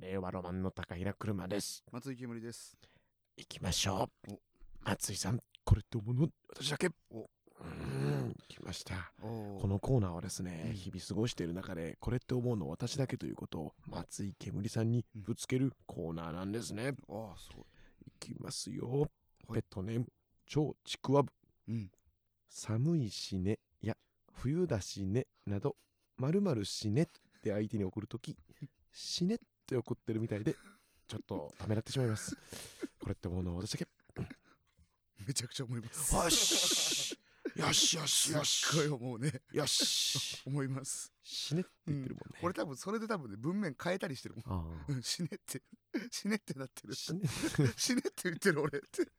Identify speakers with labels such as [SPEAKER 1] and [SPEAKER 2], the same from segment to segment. [SPEAKER 1] 令和ロマンの高平車です。
[SPEAKER 2] 松井けむりです。
[SPEAKER 1] 行きましょう
[SPEAKER 2] お。
[SPEAKER 1] 松井さん、これって思うの私だけ。
[SPEAKER 2] お
[SPEAKER 1] うーん、来ました。
[SPEAKER 2] お
[SPEAKER 1] このコーナーはですね、
[SPEAKER 2] うん
[SPEAKER 1] 日々過ごしている中で、これって思うの私だけということを、松井けむりさんにぶつけるコーナーなんですね。
[SPEAKER 2] ああ、そう。
[SPEAKER 1] いきますよ。ペットネーム、超ちくわぶ。
[SPEAKER 2] うん。
[SPEAKER 1] 寒いしね、いや、冬だしね、など、まるまるしねって相手に送るとき、しねって送ってるみたいで、ちょっとためらってしまいます。これってもうのは私だけ。
[SPEAKER 2] めちゃくちゃ思います。
[SPEAKER 1] よしよしよしよ
[SPEAKER 2] すっごい
[SPEAKER 1] し
[SPEAKER 2] 思うね。
[SPEAKER 1] よし
[SPEAKER 2] 思います。
[SPEAKER 1] しねって言ってるもんね。
[SPEAKER 2] 俺多分、それで多分ね、文面変えたりしてるもん。
[SPEAKER 1] あ
[SPEAKER 2] うん 死ねって、死ねってなって
[SPEAKER 1] あ。
[SPEAKER 2] る。
[SPEAKER 1] しね。
[SPEAKER 2] 死ねって言ってる俺って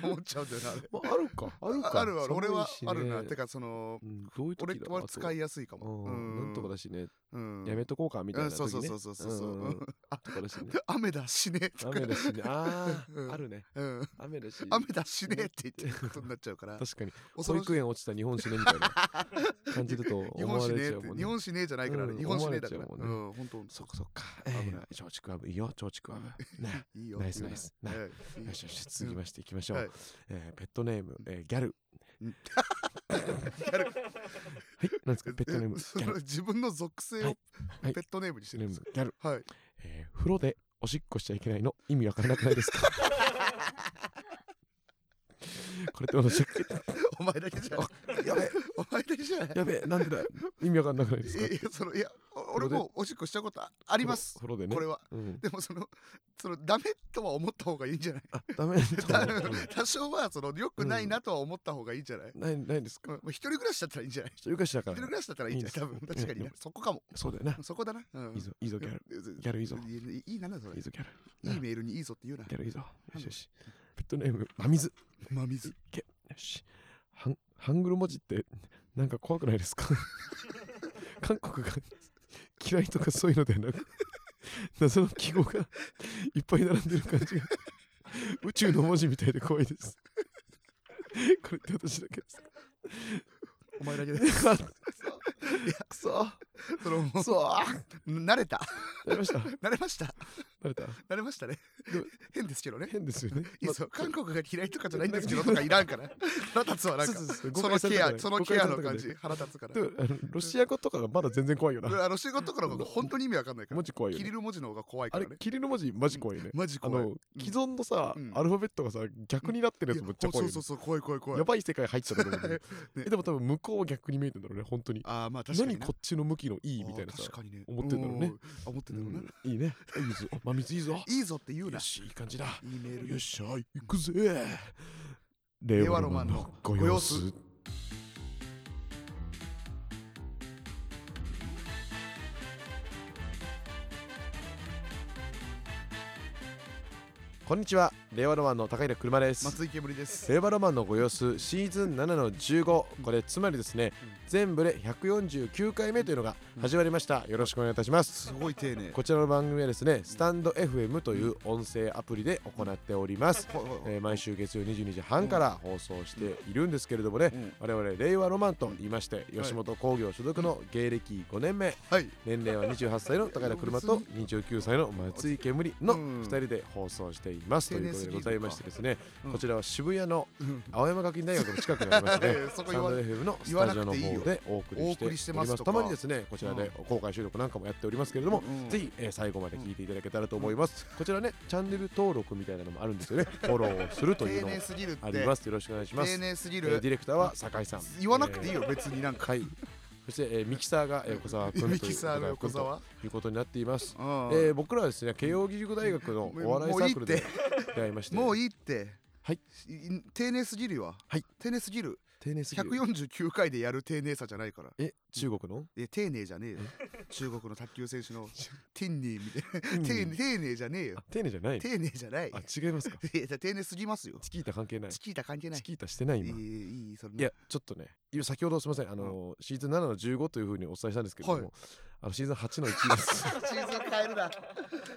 [SPEAKER 2] 思っちゃうんだよな、あれ。
[SPEAKER 1] まあ、あるか。あるか。
[SPEAKER 2] あるある。俺
[SPEAKER 1] 寒い
[SPEAKER 2] は
[SPEAKER 1] しね
[SPEAKER 2] あるな。て、か、その、
[SPEAKER 1] うんどういう時だ
[SPEAKER 2] 俺は使いやすいか
[SPEAKER 1] あと
[SPEAKER 2] も。
[SPEAKER 1] うんなんとかだ
[SPEAKER 2] し、
[SPEAKER 1] しね、
[SPEAKER 2] うん
[SPEAKER 1] やめとこうかみたいな時ね。
[SPEAKER 2] うんそうそうそうそうそう
[SPEAKER 1] うん
[SPEAKER 2] あ
[SPEAKER 1] とかだしね。
[SPEAKER 2] 雨だ、死ね とか
[SPEAKER 1] 雨。だしね。ああ、
[SPEAKER 2] うん
[SPEAKER 1] あるね。
[SPEAKER 2] うん
[SPEAKER 1] 雨だし。
[SPEAKER 2] 雨だ、死ねって言ってることになっちゃ うから。
[SPEAKER 1] 確かに。
[SPEAKER 2] 恐
[SPEAKER 1] 保
[SPEAKER 2] ろしい
[SPEAKER 1] 育園落ちた日本史ねみたいな感じると
[SPEAKER 2] 日
[SPEAKER 1] 思
[SPEAKER 2] 本
[SPEAKER 1] わ
[SPEAKER 2] 史ね
[SPEAKER 1] れちゃう
[SPEAKER 2] っ
[SPEAKER 1] もん
[SPEAKER 2] て日
[SPEAKER 1] ね。
[SPEAKER 2] 本史ねじゃないからね、
[SPEAKER 1] うん
[SPEAKER 2] 日本史ねだから
[SPEAKER 1] 思わ
[SPEAKER 2] う
[SPEAKER 1] れちゃうも
[SPEAKER 2] ん本当
[SPEAKER 1] そっかそっか。
[SPEAKER 2] 危ない
[SPEAKER 1] えー松竹アブいいよ、松竹アブ。ね。
[SPEAKER 2] いいよ
[SPEAKER 1] ナイスナイス
[SPEAKER 2] いいよ
[SPEAKER 1] な
[SPEAKER 2] はいいいよ
[SPEAKER 1] よしよし、続きましていきましょう。
[SPEAKER 2] はい
[SPEAKER 1] えーペットネーム、えーギャル。
[SPEAKER 2] うん
[SPEAKER 1] はい、なんですか、ペット ネーム、
[SPEAKER 2] え
[SPEAKER 1] ギ
[SPEAKER 2] そ
[SPEAKER 1] ャ
[SPEAKER 2] の
[SPEAKER 1] ル。
[SPEAKER 2] 自分の属性
[SPEAKER 1] は
[SPEAKER 2] を
[SPEAKER 1] いはい
[SPEAKER 2] ペットネームにして
[SPEAKER 1] ネ
[SPEAKER 2] る
[SPEAKER 1] ー
[SPEAKER 2] ん
[SPEAKER 1] ム
[SPEAKER 2] です
[SPEAKER 1] ギャル、
[SPEAKER 2] はい
[SPEAKER 1] えー風呂でおしっこしちゃいけないの意味わからなくないですか これって私
[SPEAKER 2] お前だけじゃない
[SPEAKER 1] やべえ
[SPEAKER 2] お前だけじゃない
[SPEAKER 1] やべえなんでだ意味わかんなくないですか
[SPEAKER 2] いやそのいやお俺もおしっこしたことああ
[SPEAKER 1] あ
[SPEAKER 2] ります
[SPEAKER 1] 風呂でね
[SPEAKER 2] これは
[SPEAKER 1] うん、
[SPEAKER 2] でもそのそのダメとは思った方がいいんじゃない
[SPEAKER 1] あダメだ
[SPEAKER 2] だ多少はその良くないなとは思った方がいいんじゃない
[SPEAKER 1] ないないです
[SPEAKER 2] うん
[SPEAKER 1] か
[SPEAKER 2] もう一人暮らしだったらいいんじゃない
[SPEAKER 1] ちょっとゆかしだか
[SPEAKER 2] 一人
[SPEAKER 1] ら
[SPEAKER 2] 暮らしだったらいいんじゃない
[SPEAKER 1] い
[SPEAKER 2] 多
[SPEAKER 1] いん
[SPEAKER 2] 分
[SPEAKER 1] です
[SPEAKER 2] 確かに
[SPEAKER 1] う
[SPEAKER 2] なんそこかも
[SPEAKER 1] そうだよな
[SPEAKER 2] そこだなうん
[SPEAKER 1] いいぞいいぞギャル
[SPEAKER 2] ギ
[SPEAKER 1] ギャルいいぞ
[SPEAKER 2] いいいいなんだそれ
[SPEAKER 1] いいぞギャル
[SPEAKER 2] いいメールにいいぞって言うな
[SPEAKER 1] ギ。ャルいいぞよしよしペットネーム真水
[SPEAKER 2] 真水。
[SPEAKER 1] いけよしハンハングル文字ってなんか怖くないです か韓国が嫌いとかそういうのではなく 謎の記号が いっぱい並んでる感じが宇宙の文字みたいで怖い ですこれって私だけですか
[SPEAKER 2] お前だけだ。
[SPEAKER 1] くそ
[SPEAKER 2] その、
[SPEAKER 1] くそあ
[SPEAKER 2] 慣れた。
[SPEAKER 1] やりました
[SPEAKER 2] 慣れました。
[SPEAKER 1] 慣れた
[SPEAKER 2] 慣れましたね
[SPEAKER 1] でも。
[SPEAKER 2] 変ですけどね。
[SPEAKER 1] 変ですよね
[SPEAKER 2] いいですよ。韓国が嫌いとかじゃないんですけどとかいらんから。腹立つわ、なんか。
[SPEAKER 1] そうそうそう誤
[SPEAKER 2] その
[SPEAKER 1] 解されたく
[SPEAKER 2] ケ
[SPEAKER 1] な
[SPEAKER 2] ア、
[SPEAKER 1] い
[SPEAKER 2] そのケアの感じ
[SPEAKER 1] 誤。
[SPEAKER 2] 腹立つから
[SPEAKER 1] 解されたくない。でもあのロシア語とかがまだ全然怖いよな
[SPEAKER 2] 俺あの仕事からが本当に意味わかんないから
[SPEAKER 1] 文。字怖いよ
[SPEAKER 2] キ
[SPEAKER 1] ね
[SPEAKER 2] リル文字の方が怖い
[SPEAKER 1] あ
[SPEAKER 2] か
[SPEAKER 1] れ
[SPEAKER 2] らね。
[SPEAKER 1] キリル文字マジ怖いよね
[SPEAKER 2] マジ
[SPEAKER 1] あ
[SPEAKER 2] 怖い。
[SPEAKER 1] の既存のさ、
[SPEAKER 2] うん
[SPEAKER 1] アルファベットがさ逆になってるやつめっちゃ怖いよ
[SPEAKER 2] そう
[SPEAKER 1] ね
[SPEAKER 2] そうそう、怖い怖い怖い
[SPEAKER 1] や。ばい世界入っちゃったと思うけど
[SPEAKER 2] ね
[SPEAKER 1] えでも多分向こうは逆に見えてんだろうね本当に
[SPEAKER 2] ああ、まあ確かに
[SPEAKER 1] 何
[SPEAKER 2] な。
[SPEAKER 1] こっちの向きのいいみたいな
[SPEAKER 2] あー
[SPEAKER 1] さ
[SPEAKER 2] 確、かにね。
[SPEAKER 1] 思ってんだろうね
[SPEAKER 2] ん。あ思ってんだろうな。
[SPEAKER 1] うんいいねいいぞまみずいいぞ
[SPEAKER 2] いいぞって言う
[SPEAKER 1] よ
[SPEAKER 2] な。
[SPEAKER 1] しいい感じだ
[SPEAKER 2] いいメール
[SPEAKER 1] よっしゃ行くぜ令
[SPEAKER 2] 和ロマンの
[SPEAKER 1] ご様子
[SPEAKER 2] ご様
[SPEAKER 1] こんにちは令和ロマンの高平車です
[SPEAKER 2] 松井けむりです。
[SPEAKER 1] 令和ロマンのご様子シーズン7の15これつまりですね、
[SPEAKER 2] うん
[SPEAKER 1] 全部で149回目というのが始まりましたよろしくお願いいたします
[SPEAKER 2] すごい丁寧。
[SPEAKER 1] こちらの番組はですねスタンド FM という音声アプリで行っております、
[SPEAKER 2] はいはいはい
[SPEAKER 1] えー毎週月曜22時半から放送しているんですけれどもね、
[SPEAKER 2] うん
[SPEAKER 1] 我々令和ロマンと言いまして吉本興業所属の芸歴5年目
[SPEAKER 2] はい。
[SPEAKER 1] 年齢は28歳の高田車と29歳の松井煙の
[SPEAKER 2] うん
[SPEAKER 1] 2人で放送しています、
[SPEAKER 2] 丁
[SPEAKER 1] とい
[SPEAKER 2] 寧
[SPEAKER 1] うこと
[SPEAKER 2] すぎ
[SPEAKER 1] で
[SPEAKER 2] る
[SPEAKER 1] ございましてですね、
[SPEAKER 2] うん
[SPEAKER 1] こちらは渋谷の
[SPEAKER 2] うん
[SPEAKER 1] 青山学院大学の近くにありま してねス
[SPEAKER 2] そ
[SPEAKER 1] タン
[SPEAKER 2] こ言
[SPEAKER 1] ド
[SPEAKER 2] わな
[SPEAKER 1] FM のスタジオの
[SPEAKER 2] 言わ
[SPEAKER 1] 方
[SPEAKER 2] なくてい
[SPEAKER 1] でお送りして
[SPEAKER 2] お
[SPEAKER 1] お
[SPEAKER 2] 送りして
[SPEAKER 1] り
[SPEAKER 2] ま
[SPEAKER 1] ますす
[SPEAKER 2] とか
[SPEAKER 1] たまにですねこちらで公開収録なんかもやっておりますけれども、
[SPEAKER 2] うん
[SPEAKER 1] ぜひ、えー最後まで聞いていただけたらと思います、こちらねチャンネル登録みたいなのもあるん ですよねフォローをするとい
[SPEAKER 2] 丁
[SPEAKER 1] うのも
[SPEAKER 2] 寧すぎるって
[SPEAKER 1] ありますよろしくお願いします
[SPEAKER 2] 丁寧すぎ
[SPEAKER 1] えー
[SPEAKER 2] る
[SPEAKER 1] ディレクターは酒井さん
[SPEAKER 2] 言わなくていい
[SPEAKER 1] よ、
[SPEAKER 2] よ別になん
[SPEAKER 1] えー
[SPEAKER 2] か
[SPEAKER 1] はいそして、えーミキサーが、えー、小沢君という
[SPEAKER 2] ミキサーの横澤
[SPEAKER 1] ということになっています、
[SPEAKER 2] う
[SPEAKER 1] え
[SPEAKER 2] ん
[SPEAKER 1] ー僕らはですね慶応義塾大学のお笑いサークルで出会いまして
[SPEAKER 2] もういいって
[SPEAKER 1] はい
[SPEAKER 2] い丁寧すぎるわ
[SPEAKER 1] はい
[SPEAKER 2] 丁寧すぎる
[SPEAKER 1] 丁寧すぎる
[SPEAKER 2] 149回でやる丁寧さじゃないから
[SPEAKER 1] え中国の
[SPEAKER 2] え丁寧じゃねえよ中国の卓球選手 のティンニーみた
[SPEAKER 1] う
[SPEAKER 2] い
[SPEAKER 1] ん
[SPEAKER 2] な丁丁寧じゃねえよ
[SPEAKER 1] あ丁寧じゃない
[SPEAKER 2] 丁寧じゃない
[SPEAKER 1] あ違いますか
[SPEAKER 2] いや丁寧すぎますよ
[SPEAKER 1] チキータ関係ない
[SPEAKER 2] チ
[SPEAKER 1] チ
[SPEAKER 2] キータ関係ない
[SPEAKER 1] キータしてない
[SPEAKER 2] いい
[SPEAKER 1] 今
[SPEAKER 2] いいそん
[SPEAKER 1] い
[SPEAKER 2] な
[SPEAKER 1] やちょっとねいや先ほどすみませんあのーシーズン7の15というふうにお伝えしたんですけれども、
[SPEAKER 2] は
[SPEAKER 1] あのシーズン8の1です
[SPEAKER 2] シーズン変えるな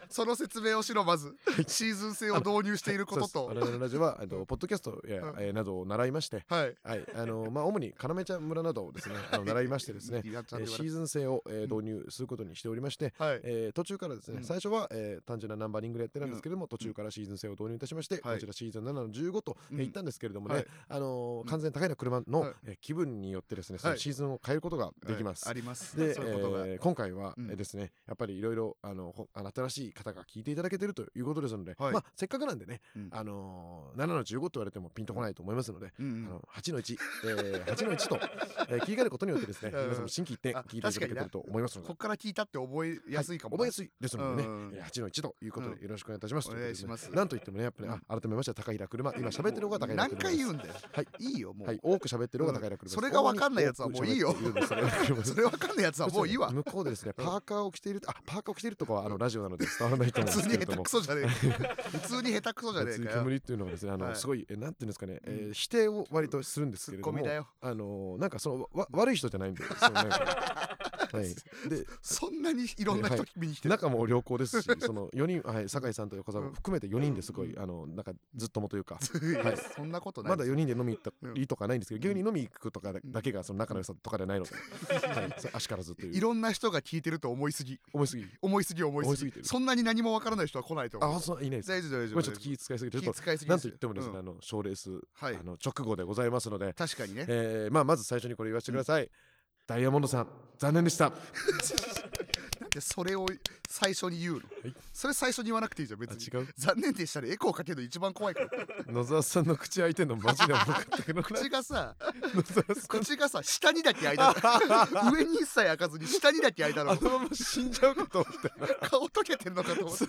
[SPEAKER 2] その説明をしろまずシーズン制を導入していること
[SPEAKER 1] そうです我
[SPEAKER 2] と
[SPEAKER 1] 々のラジオはあのポッドキャストや、
[SPEAKER 2] うん
[SPEAKER 1] えーなどを習いまして
[SPEAKER 2] はい、
[SPEAKER 1] はい、ああの、まあ、主に要ちゃん村などをですね、あの習いましてですね
[SPEAKER 2] やっち
[SPEAKER 1] え
[SPEAKER 2] ゃん
[SPEAKER 1] ー
[SPEAKER 2] で
[SPEAKER 1] シーズン制を、えー導入することにしておりまして、
[SPEAKER 2] はい。
[SPEAKER 1] えー途中からですね、
[SPEAKER 2] うん
[SPEAKER 1] 最初は、えー単純なナンバリングでやってたんですけれども、途中からシーズン制を導入いたしまして、
[SPEAKER 2] はい
[SPEAKER 1] こちらシーズン7の15と、え
[SPEAKER 2] うん
[SPEAKER 1] ー、いったんですけれどもね、
[SPEAKER 2] はい
[SPEAKER 1] あのー
[SPEAKER 2] うん
[SPEAKER 1] 完全に高いな車の、
[SPEAKER 2] はい
[SPEAKER 1] えー気分によってですね、そ
[SPEAKER 2] は
[SPEAKER 1] の
[SPEAKER 2] い
[SPEAKER 1] シーズンを変えることができます。
[SPEAKER 2] はいあります。
[SPEAKER 1] で、
[SPEAKER 2] そういうことが。
[SPEAKER 1] えー今回は、
[SPEAKER 2] うん
[SPEAKER 1] えーですね、やっぱりいろいろ、あの、ほあの新しい方が聞いていただけてるということですので、
[SPEAKER 2] はい
[SPEAKER 1] まあ、せっかくなんでね、
[SPEAKER 2] うん
[SPEAKER 1] あのー、7の15と言われてもピンとこないと思いますので、
[SPEAKER 2] うんうん
[SPEAKER 1] あの8の1、えー、8の1と、えー、切り替えることによってですね、
[SPEAKER 2] うん
[SPEAKER 1] 皆さんも新規一点
[SPEAKER 2] あ
[SPEAKER 1] 聞いていただけてると思いますので
[SPEAKER 2] こっ、から聞いたって覚えやすいかも
[SPEAKER 1] 覚
[SPEAKER 2] な。
[SPEAKER 1] えやすいですのでね、
[SPEAKER 2] うん
[SPEAKER 1] えー8の1ということでよろしくお願いいたします。
[SPEAKER 2] お願いします
[SPEAKER 1] とうことでねなんといってもね、やっぱり、あ改めまして高平車、今喋ってる方が高平車
[SPEAKER 2] 何
[SPEAKER 1] です。
[SPEAKER 2] 回言うんだよ。
[SPEAKER 1] はい
[SPEAKER 2] いいよ、も
[SPEAKER 1] は
[SPEAKER 2] う
[SPEAKER 1] い。、多く喋ってる方が高平車です。
[SPEAKER 2] それが分かんないやつはもういいよ
[SPEAKER 1] 多く喋ってるんです高平車
[SPEAKER 2] それわかんないやつはもうい いわ。
[SPEAKER 1] 向こうでですね、パーカーを着ていると、あ、パーカーを着ているとかは、あの、ラジオなので伝わらないと
[SPEAKER 2] 普
[SPEAKER 1] 思うんです
[SPEAKER 2] 通
[SPEAKER 1] けれ
[SPEAKER 2] に下手
[SPEAKER 1] ども
[SPEAKER 2] く。そじゃねえか。 普通に下手くそじゃね
[SPEAKER 1] 熱
[SPEAKER 2] え
[SPEAKER 1] い
[SPEAKER 2] かよ。
[SPEAKER 1] 煙っていうのはですね、あの、
[SPEAKER 2] はい
[SPEAKER 1] すごい、えなんていうんですかね、えー
[SPEAKER 2] うん
[SPEAKER 1] 否定を割とするんです
[SPEAKER 2] ツ
[SPEAKER 1] けれ
[SPEAKER 2] ッ
[SPEAKER 1] ど
[SPEAKER 2] コ
[SPEAKER 1] も
[SPEAKER 2] ミ、だよ。
[SPEAKER 1] あのなんかその、わ悪い人じゃないんで、その なんか はい。で、
[SPEAKER 2] そんなにいろんな人
[SPEAKER 1] は
[SPEAKER 2] 見に来てる。
[SPEAKER 1] 仲も良好ですし、その4人、はい、酒井さんと横澤
[SPEAKER 2] う
[SPEAKER 1] も
[SPEAKER 2] ん
[SPEAKER 1] 含めて4人ですごい、あの、なんかずっともというか、はい
[SPEAKER 2] そんなことな
[SPEAKER 1] ま
[SPEAKER 2] い。
[SPEAKER 1] だ4人で飲み行った
[SPEAKER 2] うん
[SPEAKER 1] りとかないんですけど、
[SPEAKER 2] うん
[SPEAKER 1] 逆に飲み行くとかだけがその仲の良さとかではないの で、はい、そう足からずとい。
[SPEAKER 2] いうろんな人が聞いてると思いすぎ。
[SPEAKER 1] 思いすぎ。
[SPEAKER 2] 思いすぎ、思いす
[SPEAKER 1] 思い
[SPEAKER 2] ぎ
[SPEAKER 1] すぎて。る
[SPEAKER 2] そんなに何もわからない人は来ないと思う。
[SPEAKER 1] あ、そう、いないです。
[SPEAKER 2] 大丈夫、大丈
[SPEAKER 1] ま
[SPEAKER 2] 夫。
[SPEAKER 1] あちょっと気使いすぎて、ち
[SPEAKER 2] 気
[SPEAKER 1] ょっと、
[SPEAKER 2] 遣いすぎ
[SPEAKER 1] なんと言ってもですね、
[SPEAKER 2] うん
[SPEAKER 1] あの、賞レース、
[SPEAKER 2] はい
[SPEAKER 1] あ。の、直後でございますので、
[SPEAKER 2] 確かにね。
[SPEAKER 1] えーまあ、まず最初にこれ言わせてください。ダイヤモンドさん、残念でした。
[SPEAKER 2] なんでそれを最初に言うの
[SPEAKER 1] い
[SPEAKER 2] それ最初に言わなくていいじゃん、別
[SPEAKER 1] あ違
[SPEAKER 2] に。
[SPEAKER 1] う
[SPEAKER 2] 残念でしたね。エコーかけるの一番怖 いから。
[SPEAKER 1] 野沢さんの口開いてんのマジで重かったけどな
[SPEAKER 2] 口 がさ、
[SPEAKER 1] 野沢さん
[SPEAKER 2] 口がさ、下にだけ開い たの。上に一切開かずに下にだけ開いたの
[SPEAKER 1] あ。のまま死んじゃうかと思って
[SPEAKER 2] 顔溶けてんのかと思って。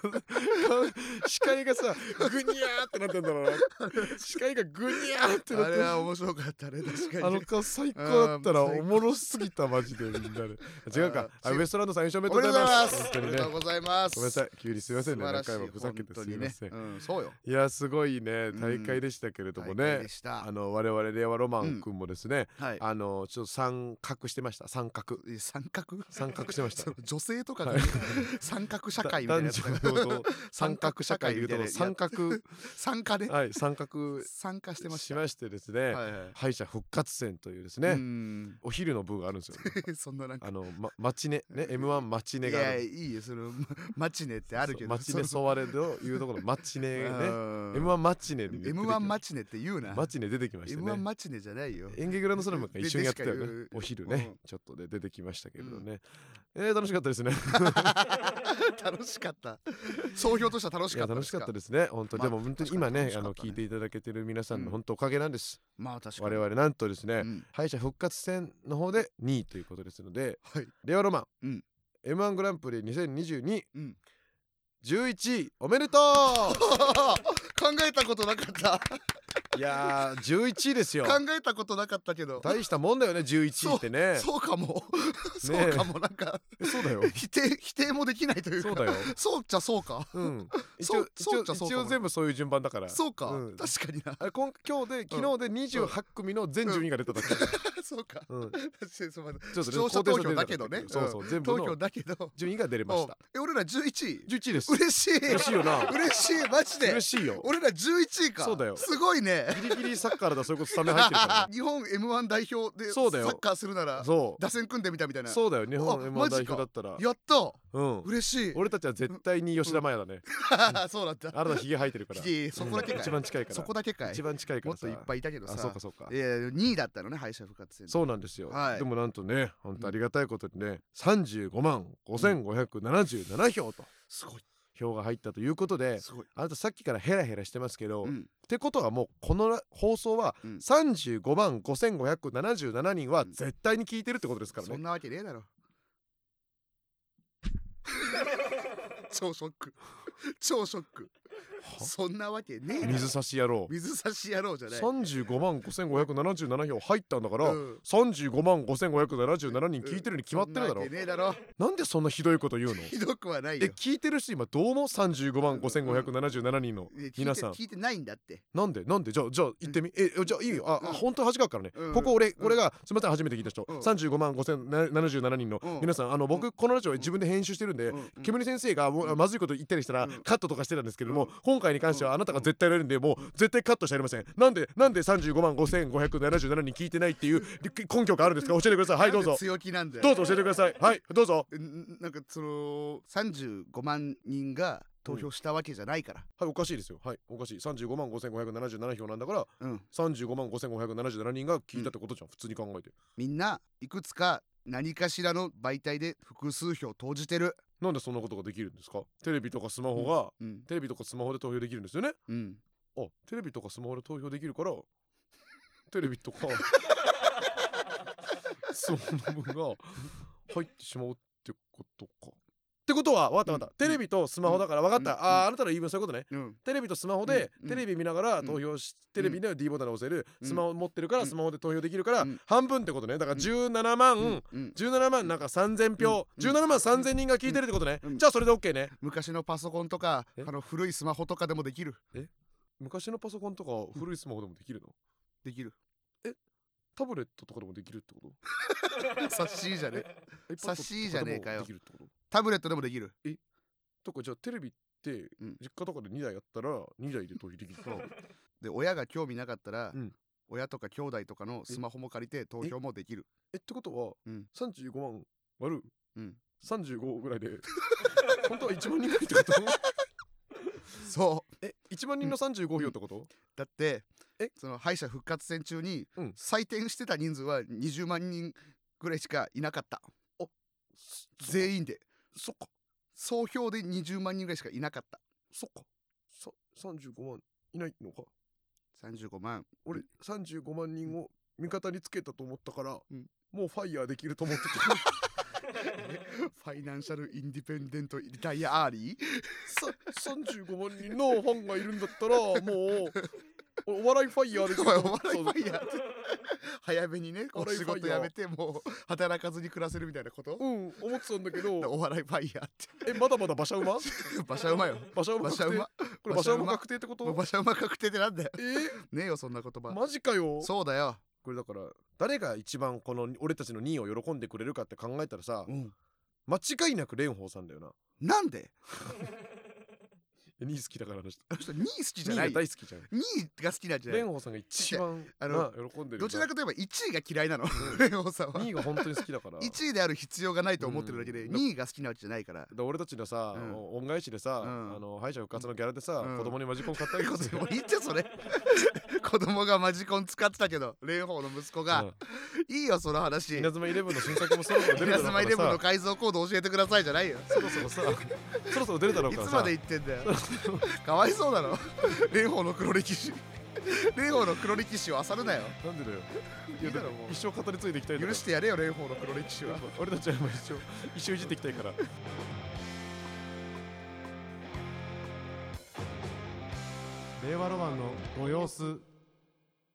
[SPEAKER 1] 視界がさグニャーってなってんだろうな視界がグニャーってな
[SPEAKER 2] あ
[SPEAKER 1] って
[SPEAKER 2] れ
[SPEAKER 1] る
[SPEAKER 2] は面白かったね、確か
[SPEAKER 1] あ
[SPEAKER 2] に
[SPEAKER 1] の
[SPEAKER 2] ね。
[SPEAKER 1] 顔最高だったら
[SPEAKER 2] あー最
[SPEAKER 1] おもろすぎたマジでみんなで違うか
[SPEAKER 2] あー
[SPEAKER 1] あウエストランドさん優勝おめで
[SPEAKER 2] お
[SPEAKER 1] と
[SPEAKER 2] め
[SPEAKER 1] う
[SPEAKER 2] で
[SPEAKER 1] ご
[SPEAKER 2] とう
[SPEAKER 1] ざい
[SPEAKER 2] ござい
[SPEAKER 1] ま
[SPEAKER 2] ますす。
[SPEAKER 1] 本当にねご
[SPEAKER 2] おめでとうございます。
[SPEAKER 1] めんなさい急にすみませんね
[SPEAKER 2] 素晴ら
[SPEAKER 1] 何
[SPEAKER 2] しい
[SPEAKER 1] 回もふざけてすみません、
[SPEAKER 2] 本当にねうん、そうよ。
[SPEAKER 1] いやすごいね
[SPEAKER 2] うん
[SPEAKER 1] 大会でしたけれども
[SPEAKER 2] 大会
[SPEAKER 1] ね
[SPEAKER 2] でした
[SPEAKER 1] あの我々令和ロマン君もですね、
[SPEAKER 2] はい。
[SPEAKER 1] あのちょっと参画してました参画
[SPEAKER 2] え三角
[SPEAKER 1] 参画してました
[SPEAKER 2] その女性とかが
[SPEAKER 1] はい
[SPEAKER 2] 三角 社会みたいなやつだ
[SPEAKER 1] 男 女平等三
[SPEAKER 2] 三
[SPEAKER 1] 角
[SPEAKER 2] 角
[SPEAKER 1] 社
[SPEAKER 2] 社
[SPEAKER 1] 会
[SPEAKER 2] 会
[SPEAKER 1] でいう
[SPEAKER 2] みたい
[SPEAKER 1] と
[SPEAKER 2] な
[SPEAKER 1] 三角
[SPEAKER 2] 参 加で
[SPEAKER 1] はい参画
[SPEAKER 2] 参加してまし。
[SPEAKER 1] したましてですね、
[SPEAKER 2] はいはい
[SPEAKER 1] 敗者復活戦というですね、
[SPEAKER 2] うん。
[SPEAKER 1] お昼の部があるんですよ
[SPEAKER 2] そんななんか。
[SPEAKER 1] あの、ま、マチネね M1 マチネ
[SPEAKER 2] い
[SPEAKER 1] があ
[SPEAKER 2] や
[SPEAKER 1] る
[SPEAKER 2] いいよそのまマチネってあるけど
[SPEAKER 1] マチネソワレというところマチネ ね
[SPEAKER 2] M1
[SPEAKER 1] M1 マチネで出てき
[SPEAKER 2] M1 マチネって言うな
[SPEAKER 1] マチネ出てきました
[SPEAKER 2] M1
[SPEAKER 1] ね
[SPEAKER 2] マチネじゃな いよ
[SPEAKER 1] 演劇グランドスラムが一緒にやってたよ
[SPEAKER 2] でで
[SPEAKER 1] ね
[SPEAKER 2] しか言う
[SPEAKER 1] お昼ね、
[SPEAKER 2] うん
[SPEAKER 1] ちょっとで出てきましたけれどね、えー、楽しかったですね
[SPEAKER 2] 楽しかった総評としては楽し
[SPEAKER 1] い
[SPEAKER 2] か
[SPEAKER 1] や
[SPEAKER 2] った
[SPEAKER 1] 楽しかった
[SPEAKER 2] です
[SPEAKER 1] ですね本当に、
[SPEAKER 2] まあ
[SPEAKER 1] でも本当に
[SPEAKER 2] 確か
[SPEAKER 1] 今
[SPEAKER 2] に
[SPEAKER 1] ね
[SPEAKER 2] 楽し
[SPEAKER 1] あ
[SPEAKER 2] かった
[SPEAKER 1] の
[SPEAKER 2] ね
[SPEAKER 1] 聞いていただけてる皆さん
[SPEAKER 2] う
[SPEAKER 1] の
[SPEAKER 2] ん
[SPEAKER 1] 本当おかげなんです、
[SPEAKER 2] まあ確か
[SPEAKER 1] 我
[SPEAKER 2] に
[SPEAKER 1] 々なんとですね、
[SPEAKER 2] うん
[SPEAKER 1] 敗者復活戦の方で2位ということですので、
[SPEAKER 2] はい
[SPEAKER 1] レオロマン、
[SPEAKER 2] うん
[SPEAKER 1] M1 グランプリ2022、
[SPEAKER 2] うん
[SPEAKER 1] 11位おめでと
[SPEAKER 2] 考えたことなかった
[SPEAKER 1] ういやー11位ですよ
[SPEAKER 2] 考えたことなかったけど
[SPEAKER 1] 大したもんだよね11位ってねそ
[SPEAKER 2] そうかもそうかもなんか
[SPEAKER 1] うだよ
[SPEAKER 2] 否定否定もできないという
[SPEAKER 1] そう
[SPEAKER 2] か
[SPEAKER 1] だよ
[SPEAKER 2] そうじゃそうか
[SPEAKER 1] うん一
[SPEAKER 2] そ
[SPEAKER 1] 応
[SPEAKER 2] う
[SPEAKER 1] 一
[SPEAKER 2] そ
[SPEAKER 1] 応
[SPEAKER 2] うかそうか
[SPEAKER 1] 一応全部そういう順番だから
[SPEAKER 2] そうか
[SPEAKER 1] うん
[SPEAKER 2] 確かにな
[SPEAKER 1] あれ今今日で昨日で28組の全12が出ただけ、
[SPEAKER 2] そうか
[SPEAKER 1] うん
[SPEAKER 2] 確かにそうまだ
[SPEAKER 1] ちょっ
[SPEAKER 2] 視聴者投票だけどね
[SPEAKER 1] そうそう、全部
[SPEAKER 2] 東京
[SPEAKER 1] の
[SPEAKER 2] だけど
[SPEAKER 1] 順位が出れました
[SPEAKER 2] おえ俺ら11位
[SPEAKER 1] 11位です
[SPEAKER 2] 嬉しい
[SPEAKER 1] 嬉しいよな
[SPEAKER 2] 嬉しいマジで
[SPEAKER 1] 嬉しいよ
[SPEAKER 2] 俺ら11位か
[SPEAKER 1] そうだよ
[SPEAKER 2] すごいね
[SPEAKER 1] ギリギリサッカーだそういうことスタメン入ってるからね
[SPEAKER 2] 日本 M1 代表でサ
[SPEAKER 1] そうだよ
[SPEAKER 2] ッカーするなら
[SPEAKER 1] そ
[SPEAKER 2] 打線組んでみたみたいうな
[SPEAKER 1] そうだよ日本
[SPEAKER 2] あ
[SPEAKER 1] M1
[SPEAKER 2] マジ
[SPEAKER 1] 代
[SPEAKER 2] か
[SPEAKER 1] 表だったら
[SPEAKER 2] やった
[SPEAKER 1] うん
[SPEAKER 2] 嬉しい
[SPEAKER 1] 俺たちは絶対に吉田麻也だね
[SPEAKER 2] そうだった
[SPEAKER 1] あなたヒゲ生えてるから
[SPEAKER 2] いやいやそこだけかい
[SPEAKER 1] うん一番近いから
[SPEAKER 2] そこだけかい
[SPEAKER 1] 一番近いか
[SPEAKER 2] も
[SPEAKER 1] ら
[SPEAKER 2] っといっ
[SPEAKER 1] い
[SPEAKER 2] ぱいいたけどさ
[SPEAKER 1] あそうかそうか
[SPEAKER 2] いや2位だったのね敗者復活戦
[SPEAKER 1] そうなんですよ
[SPEAKER 2] はい
[SPEAKER 1] でもなんとね本当ありがたいことにね35万5577票と
[SPEAKER 2] すごい
[SPEAKER 1] 票が入ったということです
[SPEAKER 2] ごい
[SPEAKER 1] あなたさっきからヘラヘラしてますけどっ
[SPEAKER 2] うん
[SPEAKER 1] てことはもうこのら放送は
[SPEAKER 2] うん
[SPEAKER 1] 35万5577人は絶対に聞いてるってことですから
[SPEAKER 2] そん
[SPEAKER 1] ね
[SPEAKER 2] なわけねえだろ超ショック超ショック
[SPEAKER 1] は
[SPEAKER 2] そんなわけねえだろ
[SPEAKER 1] 水差し野郎
[SPEAKER 2] 水差し野郎じゃない
[SPEAKER 1] 35万5577票入ったんだから、
[SPEAKER 2] うん
[SPEAKER 1] 35万5577人聞いてるに決まってるだろ、
[SPEAKER 2] そんなわけねえだろ
[SPEAKER 1] なんでそんな ひどいこと言うの
[SPEAKER 2] ひどくはない
[SPEAKER 1] え
[SPEAKER 2] よ
[SPEAKER 1] 聞いてる人今どうも35万5577人の
[SPEAKER 2] いや聞いて
[SPEAKER 1] 皆さん
[SPEAKER 2] 聞いてないんだって
[SPEAKER 1] なんでなんでじゃあじゃあ行ってみえじゃあいいよあ、
[SPEAKER 2] うん
[SPEAKER 1] あ本当に恥かくからね、
[SPEAKER 2] うん
[SPEAKER 1] ここ俺これがすみません初めて聞いた人、
[SPEAKER 2] うん
[SPEAKER 1] 35万5077人の
[SPEAKER 2] うん
[SPEAKER 1] 皆さんあの僕、
[SPEAKER 2] う
[SPEAKER 1] このラジオ自分で編集してるんで、
[SPEAKER 2] うん
[SPEAKER 1] 煙先生がもう
[SPEAKER 2] うん
[SPEAKER 1] まずいこと言ったりしたら、
[SPEAKER 2] うん
[SPEAKER 1] カットとかしてたんですけれども、
[SPEAKER 2] うん
[SPEAKER 1] 本今回に関してはあなたが絶対やられるんでもう絶対カットしてやりませんなんでなんで35万5577人聞いてないって いう根拠があるんですか教えてくださいはいどう
[SPEAKER 2] なん
[SPEAKER 1] ぞ
[SPEAKER 2] で強気なんだよ
[SPEAKER 1] どうぞ教えてくださいはいどうぞ
[SPEAKER 2] んなんかその35万人が投票したわけじゃないから、
[SPEAKER 1] はいおかしいですよはいおかしい35万5577票なんだから
[SPEAKER 2] うん、
[SPEAKER 1] 35万5577人が聞いたってことじゃん、普通に考えて
[SPEAKER 2] みんないくつか何かしらの媒体で複数票投じてる
[SPEAKER 1] なんでそんなことができるんですかテレビとかスマホが、
[SPEAKER 2] うん
[SPEAKER 1] テレビとかスマホで投票できるんですよね
[SPEAKER 2] うん
[SPEAKER 1] あテレビとかスマホで投票できる からテレビとかその部分が入ってしまうってことか。ってことは分かった分かった、
[SPEAKER 2] うん
[SPEAKER 1] テレビとスマホだから分かった、
[SPEAKER 2] うんう
[SPEAKER 1] あ
[SPEAKER 2] ん
[SPEAKER 1] ーあなたの言い分そういうことね
[SPEAKER 2] うん
[SPEAKER 1] テレビとスマホで
[SPEAKER 2] うん
[SPEAKER 1] テレビ見ながら投票し、テレビで D ボタンで押せる、
[SPEAKER 2] うん
[SPEAKER 1] スマホ持ってるから
[SPEAKER 2] うん
[SPEAKER 1] スマホで投票できるから、
[SPEAKER 2] うん
[SPEAKER 1] 半分ってことねだから
[SPEAKER 2] うん
[SPEAKER 1] 17万、
[SPEAKER 2] うんうん
[SPEAKER 1] 17万なんか3000票、
[SPEAKER 2] うん
[SPEAKER 1] 17万3000人が聞いてるってことね、
[SPEAKER 2] うん
[SPEAKER 1] じゃあそれで OK ね
[SPEAKER 2] 昔のパソコンとか
[SPEAKER 1] え
[SPEAKER 2] あの古いスマホとかでもできる
[SPEAKER 1] 昔のパソコンとか古いスマホでもできるの
[SPEAKER 2] できる
[SPEAKER 1] タブレットとかでもできるってこと
[SPEAKER 2] 察しいじゃね
[SPEAKER 1] え
[SPEAKER 2] 察しいじゃねえかよ
[SPEAKER 1] パソコンとかでもできるってこと
[SPEAKER 2] タブレットでもできる
[SPEAKER 1] とかじゃあテレビって
[SPEAKER 2] うん
[SPEAKER 1] 実家とかで2台やったら2台で投票できるから
[SPEAKER 2] で親が興味なかったら、
[SPEAKER 1] うん
[SPEAKER 2] 親とか兄弟とかのスマホも借りて投票もできる
[SPEAKER 1] えってことは、
[SPEAKER 2] うん
[SPEAKER 1] 35万割る、
[SPEAKER 2] うん
[SPEAKER 1] 35ぐらいで 本当は1万人ぐらいって こと
[SPEAKER 2] そう
[SPEAKER 1] え1万人の35票ってこと、
[SPEAKER 2] だって
[SPEAKER 1] え
[SPEAKER 2] その敗者復活戦中に、
[SPEAKER 1] うん
[SPEAKER 2] 採点してた人数は20万人ぐらいしかいなかった全員で
[SPEAKER 1] そっか
[SPEAKER 2] 総票で20万人ぐらいしかいなかった
[SPEAKER 1] そっかさ35万いないのか
[SPEAKER 2] 35万
[SPEAKER 1] 俺35万人を味方につけたと思ったから、
[SPEAKER 2] うん
[SPEAKER 1] もうファイヤーできると思ってた
[SPEAKER 2] ファイナンシャルインディペンデントリタイアー リー
[SPEAKER 1] さ35万人のファンがいるんだったらもうおお笑いファイヤーできると
[SPEAKER 2] お前お
[SPEAKER 1] 思ってた
[SPEAKER 2] 笑いファイヤーって早めにねこう
[SPEAKER 1] 笑い
[SPEAKER 2] 仕
[SPEAKER 1] ファイヤー
[SPEAKER 2] 事辞めてもう働かずに暮らせるみたい なこと
[SPEAKER 1] うん思ってたんだけど
[SPEAKER 2] お笑いファイヤーって
[SPEAKER 1] えまだまだ馬車馬
[SPEAKER 2] 馬 車馬よ
[SPEAKER 1] 馬車馬
[SPEAKER 2] 馬
[SPEAKER 1] 確
[SPEAKER 2] 車
[SPEAKER 1] 定
[SPEAKER 2] 馬
[SPEAKER 1] これ馬車馬確定ってこ
[SPEAKER 2] もう
[SPEAKER 1] と
[SPEAKER 2] 馬車馬確定ってなんだよ
[SPEAKER 1] え
[SPEAKER 2] ねえよそんな言
[SPEAKER 1] ー、
[SPEAKER 2] 葉
[SPEAKER 1] マジかよ
[SPEAKER 2] そうだよ
[SPEAKER 1] これだから誰が一番この俺たちの2位を喜んでくれるかって考えたらさ
[SPEAKER 2] うん
[SPEAKER 1] 間違いなく蓮舫さんだよな
[SPEAKER 2] なんで
[SPEAKER 1] 2位好きだからあの人
[SPEAKER 2] あの人2位好きじゃ
[SPEAKER 1] 2
[SPEAKER 2] な
[SPEAKER 1] 位
[SPEAKER 2] い
[SPEAKER 1] が
[SPEAKER 2] 2
[SPEAKER 1] 大好きじゃん
[SPEAKER 2] 位が好きなんじゃ
[SPEAKER 1] 蓮
[SPEAKER 2] ない
[SPEAKER 1] 舫さんが一番
[SPEAKER 2] あ
[SPEAKER 1] あ
[SPEAKER 2] の
[SPEAKER 1] の喜んでる
[SPEAKER 2] どちら
[SPEAKER 1] か
[SPEAKER 2] かといえば1位が嫌いなのレオさんは
[SPEAKER 1] 2位が本当に好きだから
[SPEAKER 2] 1位である必要がないと思ってるだけで
[SPEAKER 1] うん
[SPEAKER 2] 2位が好きなわけじゃないから
[SPEAKER 1] で俺たちのさ、
[SPEAKER 2] うん
[SPEAKER 1] お恩返しでさ、
[SPEAKER 2] うん
[SPEAKER 1] あの敗者復活のギャラでさ、
[SPEAKER 2] うん
[SPEAKER 1] 子供にマジコン買ったり
[SPEAKER 2] 子
[SPEAKER 1] する
[SPEAKER 2] 供いいってそれ子供がマジコン使ってたけど蓮舫の息子が、いいよその話
[SPEAKER 1] 稲
[SPEAKER 2] 稲
[SPEAKER 1] 妻イレブンの新作もそろそろ出るだろう
[SPEAKER 2] 妻イレブン
[SPEAKER 1] か
[SPEAKER 2] の改造コード教えてくださいじゃないよ
[SPEAKER 1] らさそろそろさそろそろ出るだろう
[SPEAKER 2] い
[SPEAKER 1] から
[SPEAKER 2] つ
[SPEAKER 1] さ
[SPEAKER 2] まで言ってんだよかわいそうだろ蓮舫の黒歴史蓮舫の黒歴史を漁るなよ
[SPEAKER 1] なんでだよい
[SPEAKER 2] い
[SPEAKER 1] や
[SPEAKER 2] い
[SPEAKER 1] だ
[SPEAKER 2] だ
[SPEAKER 1] か
[SPEAKER 2] ろ
[SPEAKER 1] ら
[SPEAKER 2] もう
[SPEAKER 1] 一生語り継いでいきたいんだ
[SPEAKER 2] 許
[SPEAKER 1] から
[SPEAKER 2] してやれよ蓮舫の黒歴史は
[SPEAKER 1] 俺たちはもう一生一生いじっていきたいから令和ロマンのご様子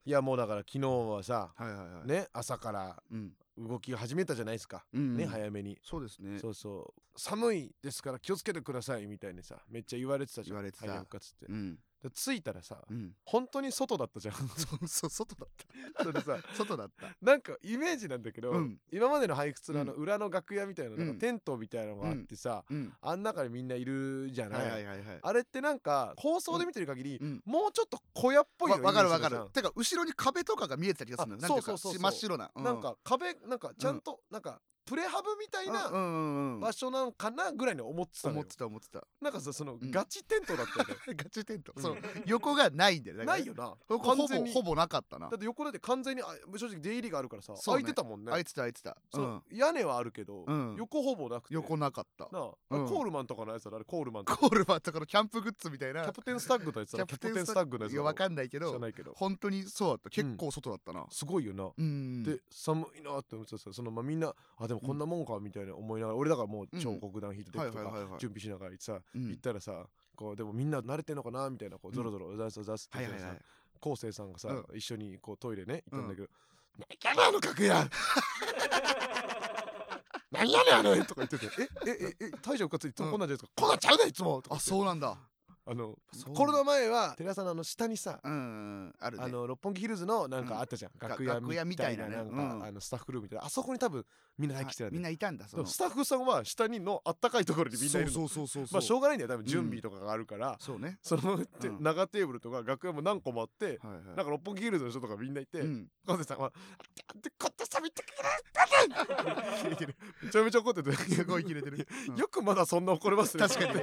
[SPEAKER 1] いやもうだから昨日はさ
[SPEAKER 2] はいはいはい
[SPEAKER 1] ね朝から
[SPEAKER 2] うん
[SPEAKER 1] 動き始めたじゃないですか、
[SPEAKER 2] うん
[SPEAKER 1] ね早めに
[SPEAKER 2] そうですね
[SPEAKER 1] そうそう寒いですから気をつけてくださいみたいにさめっちゃ言われてたじゃん
[SPEAKER 2] 言われてた
[SPEAKER 1] 敗者復活って、
[SPEAKER 2] うん
[SPEAKER 1] で着いたらさ
[SPEAKER 2] うん
[SPEAKER 1] 本当に外だったじゃん
[SPEAKER 2] そうそう外だっ
[SPEAKER 1] それでさ
[SPEAKER 2] た 外だった
[SPEAKER 1] なんかイメージなんだけど、
[SPEAKER 2] うん
[SPEAKER 1] 今までの俳句のあの
[SPEAKER 2] う
[SPEAKER 1] 裏の楽屋みたいな,、なん
[SPEAKER 2] うん
[SPEAKER 1] かテントみたいなのがあってさ、
[SPEAKER 2] うん
[SPEAKER 1] あん中にみんないるじゃな,、
[SPEAKER 2] はいいはいはいはい
[SPEAKER 1] あれってなんか放送で見てる限り、
[SPEAKER 2] うん
[SPEAKER 1] もうちょっと小屋っぽい
[SPEAKER 2] わ
[SPEAKER 1] の
[SPEAKER 2] わかるわ
[SPEAKER 1] イメー
[SPEAKER 2] か
[SPEAKER 1] ジす
[SPEAKER 2] るてか後ろに壁とかが見えてた気がするのよ
[SPEAKER 1] あ
[SPEAKER 2] なんていか
[SPEAKER 1] そうそうそうそう
[SPEAKER 2] 真っ白な、う
[SPEAKER 1] じゃん、なんか壁なんかちゃんと、なんかプレハブみたい
[SPEAKER 2] うんう
[SPEAKER 1] なん
[SPEAKER 2] うんうん
[SPEAKER 1] 場所なのかなぐらいに思ってたの
[SPEAKER 2] 思っ
[SPEAKER 1] よ
[SPEAKER 2] てた思ってた
[SPEAKER 1] なんかさその
[SPEAKER 2] ん
[SPEAKER 1] ガチテントだったよね、
[SPEAKER 2] ガチテント、
[SPEAKER 1] うん
[SPEAKER 2] その横がないんだよね
[SPEAKER 1] ないよな
[SPEAKER 2] ほぼ
[SPEAKER 1] 完全に
[SPEAKER 2] ほぼなかったな
[SPEAKER 1] だって横だって完全にあ正直出入りがあるからさ、
[SPEAKER 2] そう
[SPEAKER 1] 開
[SPEAKER 2] ね
[SPEAKER 1] いてたもんね
[SPEAKER 2] あいつだあいつだう
[SPEAKER 1] そうん屋根はあるけど、
[SPEAKER 2] うん
[SPEAKER 1] 横ほぼなくて
[SPEAKER 2] 横なかった
[SPEAKER 1] なあ、
[SPEAKER 2] うん
[SPEAKER 1] コールマンとかのやつだねあれコールマンとか
[SPEAKER 2] コールマンとかのキャンプグッズみたい
[SPEAKER 1] キ
[SPEAKER 2] な
[SPEAKER 1] ャプテンスタッグのやつだなキャプテンスタッグのやつ
[SPEAKER 2] い
[SPEAKER 1] だ
[SPEAKER 2] や
[SPEAKER 1] な
[SPEAKER 2] わかんないけ
[SPEAKER 1] 知ら
[SPEAKER 2] ど
[SPEAKER 1] ないけど
[SPEAKER 2] 本当にそうだった結構外だったな
[SPEAKER 1] すごいよな、
[SPEAKER 2] うん
[SPEAKER 1] で寒いなって思ってたそのまあみんなあでもこんなもんかみたいな思いながら、俺だからもう彫刻団弾いてデッキと
[SPEAKER 2] はいはいはいは
[SPEAKER 1] か
[SPEAKER 2] い
[SPEAKER 1] 準備しながら行ってさ、
[SPEAKER 2] うん
[SPEAKER 1] 行ったらさこうでもみんな慣れてんのかなみたいなこうゾロゾロザスザスって
[SPEAKER 2] はい
[SPEAKER 1] さ、
[SPEAKER 2] はいはい
[SPEAKER 1] こうせいさんがさ、
[SPEAKER 2] う
[SPEAKER 1] 一緒にこうトイレね行ったんだけど「何やねんあの楽屋! 」何やねんあれとか言ってて「ええええ大将復活いつもこんなんじゃないですか、こんなんちゃうねんいつも」とか
[SPEAKER 2] あそうなんだ
[SPEAKER 1] あの
[SPEAKER 2] そう
[SPEAKER 1] コロナ前は寺さんのあの下にさ、
[SPEAKER 2] うんうんうんあるね
[SPEAKER 1] あの六本木ヒルズのなんかあったじゃん、
[SPEAKER 2] ん
[SPEAKER 1] 楽屋
[SPEAKER 2] 楽屋みたいなね
[SPEAKER 1] なんか、
[SPEAKER 2] うん
[SPEAKER 1] あのスタッフルームみたいなあそこに多分みんな入ってきてた
[SPEAKER 2] はい
[SPEAKER 1] ん
[SPEAKER 2] みん
[SPEAKER 1] だよ
[SPEAKER 2] ないたんだそ
[SPEAKER 1] で
[SPEAKER 2] の
[SPEAKER 1] もスタッフさんは下にのあったかいところにみんな
[SPEAKER 2] そ
[SPEAKER 1] いうるの
[SPEAKER 2] そうそうそうそう
[SPEAKER 1] まあしょうがないんだよ多分準備とかがあるから、
[SPEAKER 2] そうね
[SPEAKER 1] その、て
[SPEAKER 2] うん
[SPEAKER 1] 長テーブルとか楽屋も何個もあって、
[SPEAKER 2] はいはい
[SPEAKER 1] なんか六本木ヒルズの人とかみんないて、
[SPEAKER 2] うん
[SPEAKER 1] カズさんは「なんでこんな喋ってくれ!」めちゃめちゃ怒ってて
[SPEAKER 2] すごいキレてるうん
[SPEAKER 1] よくまだそんな怒れますね
[SPEAKER 2] 確かにね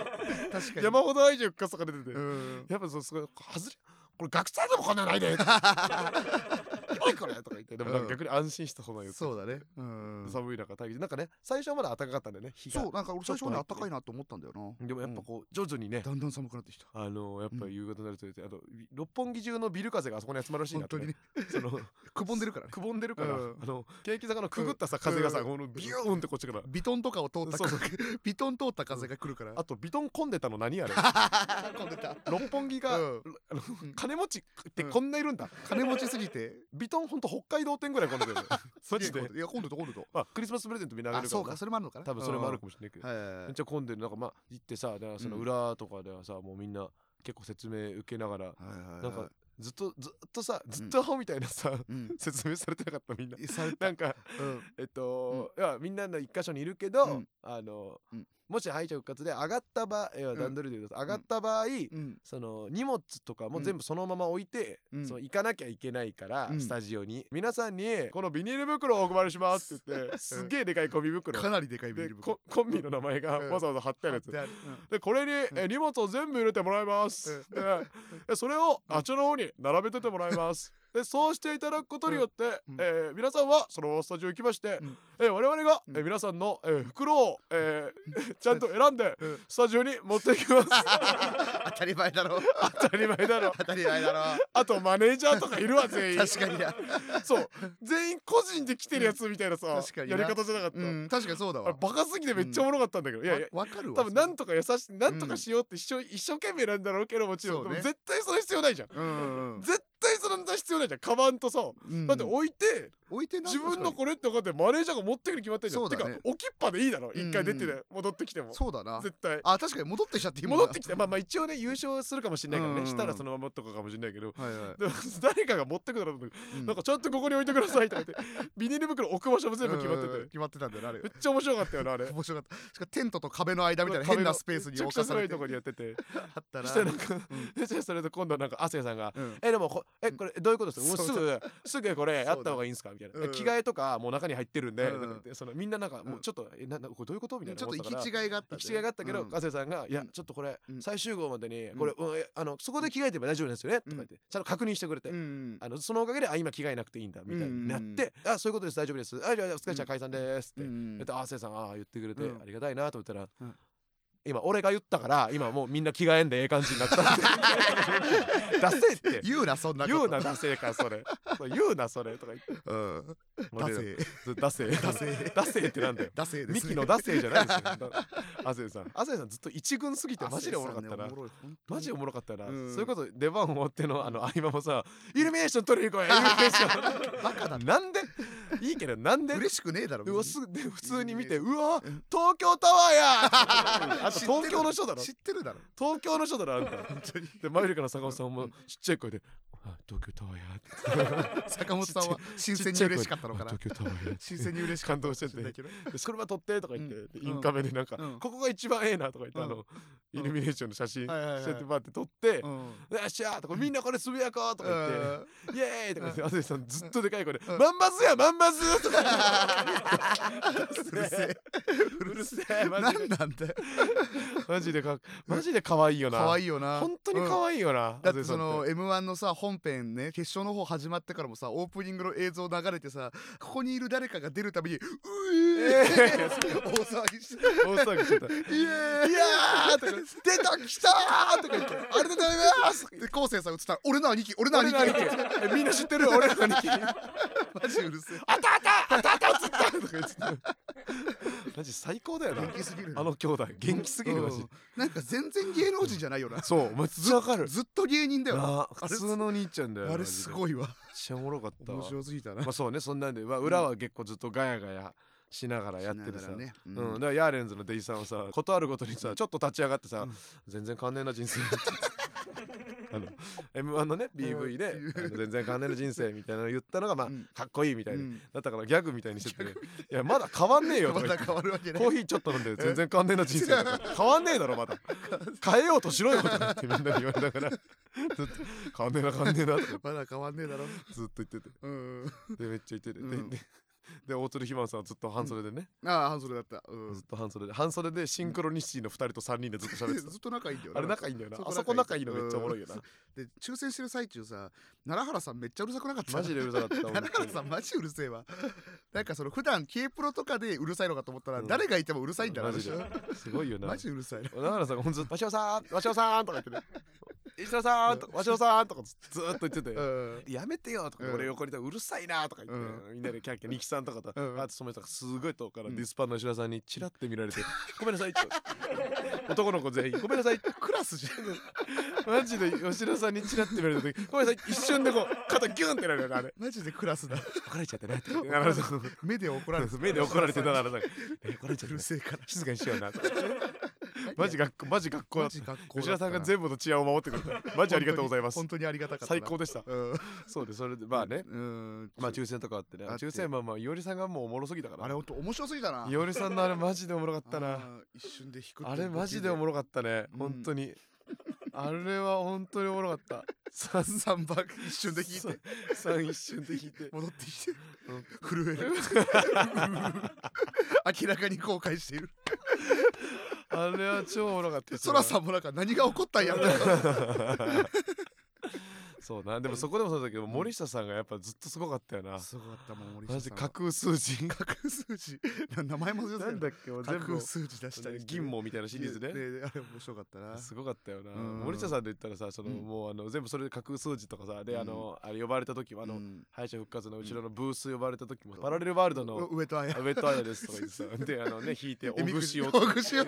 [SPEAKER 2] 確か に
[SPEAKER 1] 山ほど愛情かさが出てて、
[SPEAKER 2] うん
[SPEAKER 1] やっぱそうすごい外れこれ学生でもこんなのないでやばいこれとか言ってでもなんか逆に安心した方がいいよ
[SPEAKER 2] そうだねうん
[SPEAKER 1] 寒い中待機なんかね最初はまだ暖かかったんだよね日が
[SPEAKER 2] そうなんか俺最初は
[SPEAKER 1] ちょ
[SPEAKER 2] ね
[SPEAKER 1] っと
[SPEAKER 2] 暖かいなと思ったんだよな
[SPEAKER 1] でもやっぱ
[SPEAKER 2] うん
[SPEAKER 1] こう徐々にね
[SPEAKER 2] だんだん寒くなってきた
[SPEAKER 1] あのーやっぱ夕方になると言ってあと六本木中のビル風があそこに集まるらしい
[SPEAKER 2] 本
[SPEAKER 1] なと
[SPEAKER 2] 当にね
[SPEAKER 1] その
[SPEAKER 2] くぼんでるからね
[SPEAKER 1] くぼんでるから、
[SPEAKER 2] うん
[SPEAKER 1] あのケーキ坂のくぐったさ風がさ、
[SPEAKER 2] うん
[SPEAKER 1] このビューンってこっちから
[SPEAKER 2] ビトンとかを通った
[SPEAKER 1] そう
[SPEAKER 2] 風ビトン通った風が来るから
[SPEAKER 1] あとビトン混んでたの何 あれ
[SPEAKER 2] 混んでた
[SPEAKER 1] 六本木が、
[SPEAKER 2] うん
[SPEAKER 1] あの
[SPEAKER 2] うん
[SPEAKER 1] 金持ちってこんないるんだ、
[SPEAKER 2] 金持ちすぎて
[SPEAKER 1] ビトンほんと北海道店ぐらい混んでる よねマジで
[SPEAKER 2] いや今度と今度と
[SPEAKER 1] まあクリスマスプレゼント見なが
[SPEAKER 2] あ
[SPEAKER 1] るか
[SPEAKER 2] そ
[SPEAKER 1] ら
[SPEAKER 2] う
[SPEAKER 1] な
[SPEAKER 2] かそれもあるのかな
[SPEAKER 1] 多分それもあるかもしれないけど、
[SPEAKER 2] はいはいはい
[SPEAKER 1] めっちゃ混んでるなんかまあ行ってさだからその
[SPEAKER 2] うん
[SPEAKER 1] 裏とかではさ、もうみんな結構説明受けながら
[SPEAKER 2] はいはいはい
[SPEAKER 1] なんかずっとずっとさずっとアホみたいなさ、
[SPEAKER 2] うん
[SPEAKER 1] 説明されてなかったみん な
[SPEAKER 2] された
[SPEAKER 1] なんか
[SPEAKER 2] うん
[SPEAKER 1] えっと、いやみんなの一箇所にいるけど、
[SPEAKER 2] うん
[SPEAKER 1] あの、
[SPEAKER 2] うん
[SPEAKER 1] もし敗者復活で上がった場合、いや段取りで言うと上がった場合、
[SPEAKER 2] うん
[SPEAKER 1] その荷物とかも全部そのまま置いて、
[SPEAKER 2] うん
[SPEAKER 1] その行かなきゃいけないから、
[SPEAKER 2] うん
[SPEAKER 1] スタジオに皆さんにこのビニール袋をお配りしますって言ってすっげえでかいゴミ袋
[SPEAKER 2] かなりでかいビニー
[SPEAKER 1] で
[SPEAKER 2] ル
[SPEAKER 1] ココンビの名前が
[SPEAKER 2] うん
[SPEAKER 1] わざわざ貼ってあるやつ、
[SPEAKER 2] である
[SPEAKER 1] でこれに、
[SPEAKER 2] ん
[SPEAKER 1] え荷物を全部入れてもらいます、ででそれをあっちの方に並べててもらいますでそうしていただくことによって、
[SPEAKER 2] うん
[SPEAKER 1] えー皆さんはそのままスタジオ行きまして、
[SPEAKER 2] うん
[SPEAKER 1] えー我々が、
[SPEAKER 2] うん
[SPEAKER 1] えー皆さんの、えー袋を、えー ちゃんと選んで
[SPEAKER 2] うん
[SPEAKER 1] スタジオに持っていき ます
[SPEAKER 2] 当たり前だろ
[SPEAKER 1] 当たり前だろ
[SPEAKER 2] 当たり前だろ
[SPEAKER 1] あとマネージャーとかいるわ全員
[SPEAKER 2] 確かにだ
[SPEAKER 1] そう全員個人で来てるやつみたいなさ、
[SPEAKER 2] うん確かに
[SPEAKER 1] や
[SPEAKER 2] な
[SPEAKER 1] り方じゃなかった、
[SPEAKER 2] うん確かにそうだ
[SPEAKER 1] あれ
[SPEAKER 2] わ
[SPEAKER 1] バカすぎてめっちゃおもろかったんだけど、いやいや
[SPEAKER 2] わわかるわ
[SPEAKER 1] 多分なん
[SPEAKER 2] と
[SPEAKER 1] とか優しいなんとかしようって一生一生懸命なんだろうけどもちろん、
[SPEAKER 2] そう
[SPEAKER 1] で
[SPEAKER 2] ね
[SPEAKER 1] も絶対それ必要ないじゃん
[SPEAKER 2] うん うん
[SPEAKER 1] 絶対そんな必要ないじゃんカバンとさ、
[SPEAKER 2] うん
[SPEAKER 1] だって置いて
[SPEAKER 2] 置いてな
[SPEAKER 1] 自分のこれって分かってマネージャーが持ってくるに決まってんじゃん、
[SPEAKER 2] そう
[SPEAKER 1] て
[SPEAKER 2] だ
[SPEAKER 1] か
[SPEAKER 2] ね
[SPEAKER 1] 置きっぱでいいだろ
[SPEAKER 2] うん
[SPEAKER 1] 一回出てね、戻ってきても
[SPEAKER 2] そうだな
[SPEAKER 1] 絶対
[SPEAKER 2] あ確かに戻ってきちゃっていいもん
[SPEAKER 1] 戻
[SPEAKER 2] な
[SPEAKER 1] ってきてまあまあ一応ね優勝するかもしれないから
[SPEAKER 2] う
[SPEAKER 1] ね
[SPEAKER 2] ん
[SPEAKER 1] したらそのままとかかもしれないけど
[SPEAKER 2] はいはい
[SPEAKER 1] でも誰かが持ってくだろうと思って
[SPEAKER 2] う
[SPEAKER 1] なんかちゃんとここに置いてくださいって言って ビニール袋置く場所も全部決まって
[SPEAKER 2] うんうんうん
[SPEAKER 1] て
[SPEAKER 2] 決まってたんだよなあれ
[SPEAKER 1] めっちゃ面白かったよ なあれ
[SPEAKER 2] 面白かったしかもテントと壁の間みたいな変なスペースに
[SPEAKER 1] 置
[SPEAKER 2] 置
[SPEAKER 1] か
[SPEAKER 2] か
[SPEAKER 1] さ
[SPEAKER 2] さ
[SPEAKER 1] れ
[SPEAKER 2] れ
[SPEAKER 1] と
[SPEAKER 2] て
[SPEAKER 1] こにやってて
[SPEAKER 2] あっ
[SPEAKER 1] そ
[SPEAKER 2] たな
[SPEAKER 1] したらなんか
[SPEAKER 2] うん
[SPEAKER 1] そしたらそれと今度なんか亜生さんが
[SPEAKER 2] うん
[SPEAKER 1] えでもこえこれどういうことですかもうす
[SPEAKER 2] そう
[SPEAKER 1] ぐすぐこれ
[SPEAKER 2] そうだ
[SPEAKER 1] やった方がいいんですかみたいな、
[SPEAKER 2] うん
[SPEAKER 1] 着替えとかもう中に入ってるんで、
[SPEAKER 2] う
[SPEAKER 1] と
[SPEAKER 2] ん
[SPEAKER 1] か言ってそのみんななんかもううんちょっと、えななこれどういうことみたいな
[SPEAKER 2] ちょっと行
[SPEAKER 1] 思
[SPEAKER 2] き
[SPEAKER 1] たから
[SPEAKER 2] 違いがあったんだ
[SPEAKER 1] 行
[SPEAKER 2] よね
[SPEAKER 1] き違いがあったけど、
[SPEAKER 2] うん
[SPEAKER 1] 亜生さんが「いやちょっとこれ、
[SPEAKER 2] うん
[SPEAKER 1] 最終号までに
[SPEAKER 2] うん
[SPEAKER 1] これ、うんえあのそこで着替えてれば大丈夫ですよね」と
[SPEAKER 2] う
[SPEAKER 1] か言
[SPEAKER 2] ん
[SPEAKER 1] ってちゃんと確認してくれて、
[SPEAKER 2] うん
[SPEAKER 1] あのそのおかげで「あ今着替えなくていいんだ」みたいになって「
[SPEAKER 2] うんうん
[SPEAKER 1] あそういうことです大丈夫です」あ「じゃあお疲れちゃん解散です」って
[SPEAKER 2] う
[SPEAKER 1] うん
[SPEAKER 2] ん
[SPEAKER 1] で亜生さんああ言ってくれて、
[SPEAKER 2] うん
[SPEAKER 1] ありがたいなと思ったら、
[SPEAKER 2] うん
[SPEAKER 1] 今俺が言ったから今もうみんな着替えんでええ感じにな ったってダセえって
[SPEAKER 2] 言うなそんなこと
[SPEAKER 1] 言うなダセえからそれそう言うなそれとか言って
[SPEAKER 2] うんダ
[SPEAKER 1] 俺ら
[SPEAKER 2] セ
[SPEAKER 1] ずダセえダセえダセえってなんだよ
[SPEAKER 2] ダ セーです
[SPEAKER 1] ミ
[SPEAKER 2] ね
[SPEAKER 1] キのダセえじゃ ないですよ亜生さん亜生さんずっと一軍すぎてマジでおもろかったな、
[SPEAKER 2] 汗さんねおもろい本当に
[SPEAKER 1] マジおもろかったな、
[SPEAKER 2] うん
[SPEAKER 1] それこそ出番終わってのあの合間もさ「イルミネーション取りに行 こうよイルミネーション」
[SPEAKER 2] バカだな
[SPEAKER 1] なんでいいけどなんで
[SPEAKER 2] 嬉しくねえだろ
[SPEAKER 1] うわ
[SPEAKER 2] 別
[SPEAKER 1] す
[SPEAKER 2] に
[SPEAKER 1] ぐで普通に見て「
[SPEAKER 2] イル
[SPEAKER 1] うわ東京タワーや!」あと
[SPEAKER 2] 知ってる
[SPEAKER 1] 東京の人だろ
[SPEAKER 2] 知ってるだろ
[SPEAKER 1] 東京の人だろあんた
[SPEAKER 2] 本当に
[SPEAKER 1] でマイルカの坂本さんもちっちゃい声で「あ東京タワーや」って
[SPEAKER 2] 坂本さんは新鮮に嬉しかったのかな
[SPEAKER 1] ちっちゃい声であ東京タワーや
[SPEAKER 2] 新鮮に嬉 しかっ
[SPEAKER 1] 感動して
[SPEAKER 2] たんだ
[SPEAKER 1] て
[SPEAKER 2] けど
[SPEAKER 1] でそれは撮ってとか言って、
[SPEAKER 2] うん
[SPEAKER 1] でインカメでなんか、
[SPEAKER 2] うん
[SPEAKER 1] ここが一番ええなとか言って、あ
[SPEAKER 2] う
[SPEAKER 1] のイルミネーションの写真
[SPEAKER 2] はいはいはい
[SPEAKER 1] そうやってバーって撮って
[SPEAKER 2] う
[SPEAKER 1] 「
[SPEAKER 2] ん
[SPEAKER 1] よっしゃ!」とか「みんなこれつぶやこう!」とか言って。イエーイとか言って、
[SPEAKER 2] う
[SPEAKER 1] アセさんずっとでかい声で、
[SPEAKER 2] うん
[SPEAKER 1] 万バズや万バズとか
[SPEAKER 2] うるせえ
[SPEAKER 1] うるせえ、マジ
[SPEAKER 2] 何
[SPEAKER 1] で
[SPEAKER 2] なんだよ
[SPEAKER 1] マジでか、マジで可愛いよな。
[SPEAKER 2] 可愛いよな
[SPEAKER 1] 本当に可愛いよな。
[SPEAKER 2] だ
[SPEAKER 1] ア
[SPEAKER 2] って
[SPEAKER 1] ゼ
[SPEAKER 2] そ
[SPEAKER 1] さん
[SPEAKER 2] の m 1のさ本編ね決勝の方始まってからもさオープニングの映像流れてさここにいる誰かが出るたびに「うえ ー!」大騒ぎして「
[SPEAKER 1] 大騒ぎしてた。い
[SPEAKER 2] イエーイ!」
[SPEAKER 1] やーとか、出た来たーとか言 って、ありがとうございます
[SPEAKER 2] で昴生さん映ったら「俺の兄貴俺の
[SPEAKER 1] 俺
[SPEAKER 2] 兄貴
[SPEAKER 1] の兄貴えみんな知ってる俺の兄貴
[SPEAKER 2] マジうるせえ
[SPEAKER 1] あったあったあったあった映ったとか言ってた マジ最高だよな
[SPEAKER 2] 元気すぎる
[SPEAKER 1] あの兄弟元気すぎるマ
[SPEAKER 2] う
[SPEAKER 1] ジ
[SPEAKER 2] んなんか全然芸能人じゃないよな
[SPEAKER 1] そうお前ずっとわかる
[SPEAKER 2] ずっと芸人だよな
[SPEAKER 1] なあ普通の兄ちゃんだよ
[SPEAKER 2] あれす
[SPEAKER 1] いめっ
[SPEAKER 2] ごいわ
[SPEAKER 1] ちゃおもろかったわ
[SPEAKER 2] 面白すぎたな
[SPEAKER 1] まあそうねそんなんでまあ裏は結構ずっとガヤガヤしながらやってる
[SPEAKER 2] し
[SPEAKER 1] さ、
[SPEAKER 2] ながらね、う
[SPEAKER 1] うんだからヤーレンズのデイさんはさことあるごとにさちょっと立ち上がってさ、
[SPEAKER 2] うん
[SPEAKER 1] 全然関連な人生あの m 1のね PV で
[SPEAKER 2] うん
[SPEAKER 1] あの全然関連な人生みたいなの言ったのがまあ、
[SPEAKER 2] うん
[SPEAKER 1] かっこいいみたいに、
[SPEAKER 2] うん
[SPEAKER 1] だったからギャグみたいにしてて、いやまだ変わんねえよと
[SPEAKER 2] ま
[SPEAKER 1] か言
[SPEAKER 2] た
[SPEAKER 1] って
[SPEAKER 2] 変わるわけない
[SPEAKER 1] コーヒーちょっと飲んで全然関連な人生だから変わんねえだろ まだ変えようとしろよとか言ってみんなに言われながらずっと変わんねえな変わんねえなとか
[SPEAKER 2] まだ変わんねえだろ
[SPEAKER 1] ずっと言ってて
[SPEAKER 2] うん
[SPEAKER 1] でめっちゃ言ってて、
[SPEAKER 2] うん
[SPEAKER 1] でで で大鶴ひまさんはずっと半袖でね、
[SPEAKER 2] ああ半袖だったう
[SPEAKER 1] ずっ
[SPEAKER 2] ん
[SPEAKER 1] と半袖で半袖でシンクロニシティの2人と3人でずっと 喋ってた
[SPEAKER 2] ずっと仲いいんだよ
[SPEAKER 1] あれ仲いいんだよな
[SPEAKER 2] そこ
[SPEAKER 1] あそこ仲いいのめっちゃおもろいよな
[SPEAKER 2] で抽選してる最中さ奈良原さんめっちゃうるさくなかった
[SPEAKER 1] マジでうるさかった
[SPEAKER 2] 奈良
[SPEAKER 1] 本当
[SPEAKER 2] 原
[SPEAKER 1] に
[SPEAKER 2] さんマジうるせえわなんかその普段 K プロとかでうるさいのかと思ったら、
[SPEAKER 1] うん
[SPEAKER 2] 誰がいてもうるさいんだな
[SPEAKER 1] マジですごいよな
[SPEAKER 2] マジうるさいな
[SPEAKER 1] 小田原さんがほんとずっと「鷲尾さん鷲尾さん」とか言ってね「石田さん」とか「鷲尾さん」とかずずーっと言って
[SPEAKER 2] う
[SPEAKER 1] て
[SPEAKER 2] ん
[SPEAKER 1] 「やめてよ」とか
[SPEAKER 2] うん
[SPEAKER 1] 俺横にいたら「うるさいな」とか言っ
[SPEAKER 2] う
[SPEAKER 1] てみんなでキャッキャ力さんとかと
[SPEAKER 2] うん
[SPEAKER 1] あとその人がすごい遠くから
[SPEAKER 2] う
[SPEAKER 1] デ
[SPEAKER 2] ん
[SPEAKER 1] ィスパンの石田さんにチラッて見られ て「ごめんなさい」と男の子全員「ごめんなさい」
[SPEAKER 2] クラスじゃん
[SPEAKER 1] マジで吉田さんにチラッて見られた時「ごめんなさい」一瞬でこう肩ギュンってなるよねあれ
[SPEAKER 2] マジでクラ スだ
[SPEAKER 1] 怒られちゃってねって小田原さん
[SPEAKER 2] 目で怒られて
[SPEAKER 1] 目で怒られてたからさえ怒られちゃって
[SPEAKER 2] うる
[SPEAKER 1] ね
[SPEAKER 2] せえから
[SPEAKER 1] 静かにしような とかマジ
[SPEAKER 2] 学
[SPEAKER 1] 学校マジ学校だっ
[SPEAKER 2] マ
[SPEAKER 1] た
[SPEAKER 2] ジ学校
[SPEAKER 1] 吉田さんが全部の治安を守ってくれたマジありがとうございます
[SPEAKER 2] 本当にありがたかったな
[SPEAKER 1] 最高でした
[SPEAKER 2] うん
[SPEAKER 1] そうでそれでまあね
[SPEAKER 2] うん
[SPEAKER 1] まあ抽選とかあってね
[SPEAKER 2] あって
[SPEAKER 1] 抽選まあまあいおりさんがもうおもろすぎたから
[SPEAKER 2] あれ本当面白すぎたない
[SPEAKER 1] おりさんのあれマジでおもろかっ
[SPEAKER 2] あ
[SPEAKER 1] たな
[SPEAKER 2] ー一瞬で低く
[SPEAKER 1] あれマジでおもろかったね
[SPEAKER 2] うん
[SPEAKER 1] 本当にあれは本当におもろかった三
[SPEAKER 2] 3番一瞬で引いて
[SPEAKER 1] 三一瞬で引いて
[SPEAKER 2] 戻ってきて
[SPEAKER 1] うん
[SPEAKER 2] 震える明らかに後悔している
[SPEAKER 1] あれは超おもろかった
[SPEAKER 2] そらさんもなんか何が起こったんやみたい な
[SPEAKER 1] そうなでもそこでもそうだけど森下さんがやっぱずっとすごかったよな
[SPEAKER 2] すごかったもん森下さん
[SPEAKER 1] マジ架空数字
[SPEAKER 2] 架空数字な名前も忘れてた
[SPEAKER 1] な
[SPEAKER 2] よ
[SPEAKER 1] んだっけもう
[SPEAKER 2] 架
[SPEAKER 1] 全部
[SPEAKER 2] 空数字出したりして
[SPEAKER 1] 銀毛みたいなシリーズね
[SPEAKER 2] あれ面白かったな
[SPEAKER 1] すごかったよな、
[SPEAKER 2] うん
[SPEAKER 1] 森下さんで言ったらさその、
[SPEAKER 2] うん
[SPEAKER 1] もうあの全部それで架空数字とかさで、
[SPEAKER 2] うん
[SPEAKER 1] あのあれ呼ばれた時もあの、
[SPEAKER 2] うん
[SPEAKER 1] 敗者復活の後ろのブース呼ばれた時も、パラレルワールドの
[SPEAKER 2] 上戸彩
[SPEAKER 1] 「ウェットアイアです」とか言っ てさであのね引いて「おぐしお」
[SPEAKER 2] おぐしお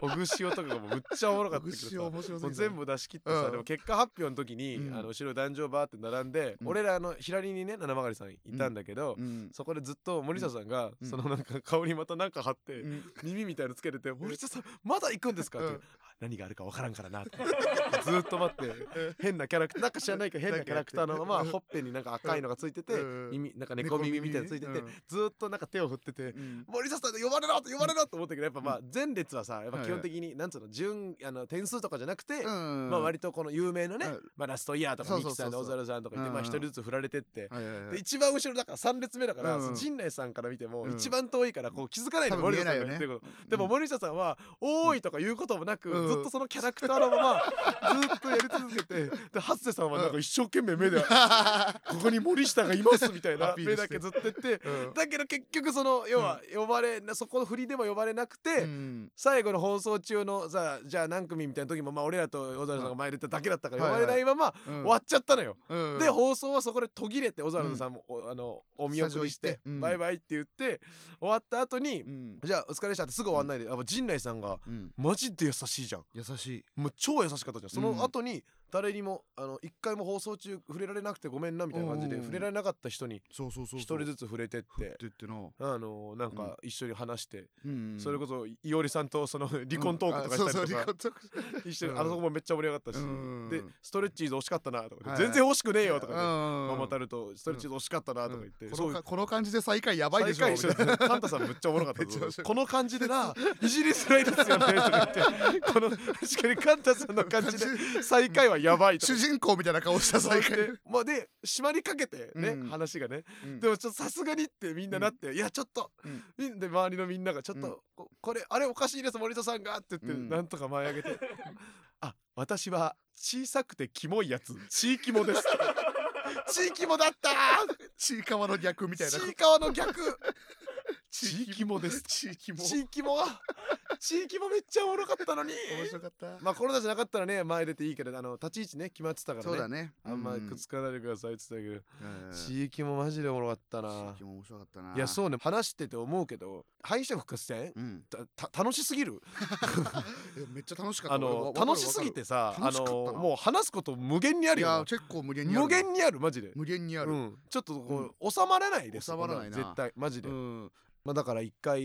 [SPEAKER 1] おぐしおとかがもうむっちゃおもろか
[SPEAKER 2] お
[SPEAKER 1] ったけ
[SPEAKER 2] ぐ
[SPEAKER 1] ど
[SPEAKER 2] し
[SPEAKER 1] さ
[SPEAKER 2] お面白す
[SPEAKER 1] も
[SPEAKER 2] ぎ
[SPEAKER 1] う
[SPEAKER 2] た
[SPEAKER 1] 全部出し切ってさ、
[SPEAKER 2] うん
[SPEAKER 1] でも結果発表の時に、
[SPEAKER 2] う
[SPEAKER 1] あの
[SPEAKER 2] ん
[SPEAKER 1] 後ろ男女バーって並んで、
[SPEAKER 2] うん
[SPEAKER 1] 俺らあの左にね七曲さんいたんだけど、
[SPEAKER 2] うん
[SPEAKER 1] そこでずっと森下さんが、
[SPEAKER 2] うん
[SPEAKER 1] そのなんか顔にまたなんか貼って、
[SPEAKER 2] うん
[SPEAKER 1] 耳みたいのつけてて「森下さんまだ行くんですか?」って、
[SPEAKER 2] うん
[SPEAKER 1] 何があるか分からんから なってずーっと待って変なキャラクターなんか知らないけど変なキャラクターのまま
[SPEAKER 2] うん
[SPEAKER 1] ほっぺになんか赤いのがついてて
[SPEAKER 2] うん
[SPEAKER 1] 耳なんか猫耳みたいのついてて
[SPEAKER 2] 猫耳
[SPEAKER 1] ずーっとなんか手を振ってて
[SPEAKER 2] うん
[SPEAKER 1] 森下さんが呼ばれろと呼ばれろと思ったけどやっぱまあ前列はさやっぱ
[SPEAKER 2] はい
[SPEAKER 1] 基本的になんつうの順あの点数とかじゃなくて。
[SPEAKER 2] うん
[SPEAKER 1] まあ割とこの有名なね、
[SPEAKER 2] うん
[SPEAKER 1] まあ、ラストイヤーと
[SPEAKER 2] そ
[SPEAKER 1] か
[SPEAKER 2] う
[SPEAKER 1] ミ
[SPEAKER 2] そう
[SPEAKER 1] キ
[SPEAKER 2] そうそ
[SPEAKER 1] さ
[SPEAKER 2] うん
[SPEAKER 1] の小沢さんとか言ってまあ
[SPEAKER 2] うん
[SPEAKER 1] 一人ずつ振られてって、
[SPEAKER 2] はいはいは
[SPEAKER 1] で
[SPEAKER 2] い
[SPEAKER 1] 一番後ろだから3列目だから、
[SPEAKER 2] うんうん
[SPEAKER 1] 陣内さんから見ても
[SPEAKER 2] うん
[SPEAKER 1] 一番遠いからこう気づかないの、
[SPEAKER 2] 多分
[SPEAKER 1] 森下さんが
[SPEAKER 2] 見
[SPEAKER 1] 言っ
[SPEAKER 2] えない
[SPEAKER 1] て
[SPEAKER 2] よ
[SPEAKER 1] ることでも森下さんは「おーい!」とか言うこともなく、
[SPEAKER 2] うん
[SPEAKER 1] ずっとそのキャラクターのま まずっとやり続け てでハッセさんはなんか一生懸命目で「ここに森下がいます」みたいな
[SPEAKER 2] アピ ー
[SPEAKER 1] 目
[SPEAKER 2] ルし
[SPEAKER 1] だ
[SPEAKER 2] て
[SPEAKER 1] けずっと言って
[SPEAKER 2] うん
[SPEAKER 1] だけど結局その要は呼ばれ、そこの振りでも呼ばれなくて。
[SPEAKER 2] うん
[SPEAKER 1] 最後の放送中のさじゃあ何組みたいな時もまあ俺らと小沢さんが前出ただけだったから
[SPEAKER 2] は
[SPEAKER 1] 呼
[SPEAKER 2] い
[SPEAKER 1] ばれないまま終わっちゃったのよ。
[SPEAKER 2] うん
[SPEAKER 1] で放送はそこで途切れて小沢さんも、おあのお見送りし
[SPEAKER 2] スタジオ
[SPEAKER 1] て
[SPEAKER 2] 行ってうん
[SPEAKER 1] バイバイって言って終わった後に、
[SPEAKER 2] うん
[SPEAKER 1] じゃあお疲れでしたってすぐ終わんないで、やっぱ陣内さんが
[SPEAKER 2] うん
[SPEAKER 1] マジで優しいじゃん
[SPEAKER 2] 優しい
[SPEAKER 1] もう超優しかったじゃんそ
[SPEAKER 2] うん
[SPEAKER 1] の後に誰にもあの一回も放送中触れられなくてごめんなみたいな感じで
[SPEAKER 2] おう
[SPEAKER 1] 触れられなかった人に
[SPEAKER 2] そうそうそうそう
[SPEAKER 1] 一人ず
[SPEAKER 2] つ
[SPEAKER 1] つ触れてっ。
[SPEAKER 2] っててってな
[SPEAKER 1] あのなんか一緒に話して、
[SPEAKER 2] うん
[SPEAKER 1] それこそいおりさんとその離婚トークとか
[SPEAKER 2] うん
[SPEAKER 1] した
[SPEAKER 2] あそう
[SPEAKER 1] り
[SPEAKER 2] そ
[SPEAKER 1] とか
[SPEAKER 2] う離婚トーク
[SPEAKER 1] 一緒に
[SPEAKER 2] うん
[SPEAKER 1] あそこもめっちゃ盛り上がったし、
[SPEAKER 2] うん
[SPEAKER 1] でストレッチーズ惜しかったなとか、
[SPEAKER 2] はい
[SPEAKER 1] 全然惜しくねえよとか、
[SPEAKER 2] うん
[SPEAKER 1] ね
[SPEAKER 2] うん
[SPEAKER 1] ママタルトストレッチーズ惜しかったなとか言って、
[SPEAKER 2] うん
[SPEAKER 1] そ
[SPEAKER 2] こ
[SPEAKER 1] う
[SPEAKER 2] のかこの感じで最下位やばいでしょ
[SPEAKER 1] 最下位
[SPEAKER 2] みたいな
[SPEAKER 1] カンタさんめっちゃおもろかった
[SPEAKER 2] めっちゃ面白い
[SPEAKER 1] この感じでないじりづらいですよねとか言ってこの確かにカンタさんの感じで 最下位はやばいと
[SPEAKER 2] 主人公みたいな顔 した最下位
[SPEAKER 1] でまあで締まりかけてね、
[SPEAKER 2] うん
[SPEAKER 1] 話がね
[SPEAKER 2] うん
[SPEAKER 1] でもちょっとさすがにってみんななって、いやちょっと、
[SPEAKER 2] うん
[SPEAKER 1] みん、で周りのみんながちょっと、
[SPEAKER 2] うん
[SPEAKER 1] ここれあれおかしいです森田さんがって言って、
[SPEAKER 2] うん
[SPEAKER 1] なんとか前上 げてあ私は小さくてキモいやつ地域もです 地域もだった
[SPEAKER 2] ちいかわの逆みたいな
[SPEAKER 1] ちいかわの 逆
[SPEAKER 2] ち
[SPEAKER 1] 地域もです
[SPEAKER 2] ちいきも
[SPEAKER 1] 地域も地域もめっちゃおもろかったのに
[SPEAKER 2] 面白かった
[SPEAKER 1] まあコロナじゃなかったらね前出ていいけどあの立ち位置ね決まってたからね
[SPEAKER 2] そうだね
[SPEAKER 1] あんま
[SPEAKER 2] うん
[SPEAKER 1] くっつかないでくださいって言ってた
[SPEAKER 2] うん
[SPEAKER 1] けど地域もマジでおもろかった
[SPEAKER 2] 地
[SPEAKER 1] な
[SPEAKER 2] 域も面白かったない
[SPEAKER 1] いやそうね話してて思うけど敗者復活戦
[SPEAKER 2] うん
[SPEAKER 1] たた楽しすぎる
[SPEAKER 2] いやめっちゃ楽しかった
[SPEAKER 1] あの楽しすぎてさあ
[SPEAKER 2] 楽しかった
[SPEAKER 1] の
[SPEAKER 2] な
[SPEAKER 1] もう話すこと無限にあ
[SPEAKER 2] い
[SPEAKER 1] るよ
[SPEAKER 2] や
[SPEAKER 1] な
[SPEAKER 2] 結構無限にある
[SPEAKER 1] 無限にあるマジで
[SPEAKER 2] 無限にあ
[SPEAKER 1] う
[SPEAKER 2] る
[SPEAKER 1] んちょっとこう収まらないです
[SPEAKER 2] 収まらない
[SPEAKER 1] こ
[SPEAKER 2] な
[SPEAKER 1] んん絶対マジで
[SPEAKER 2] うん
[SPEAKER 1] まあ、だから1回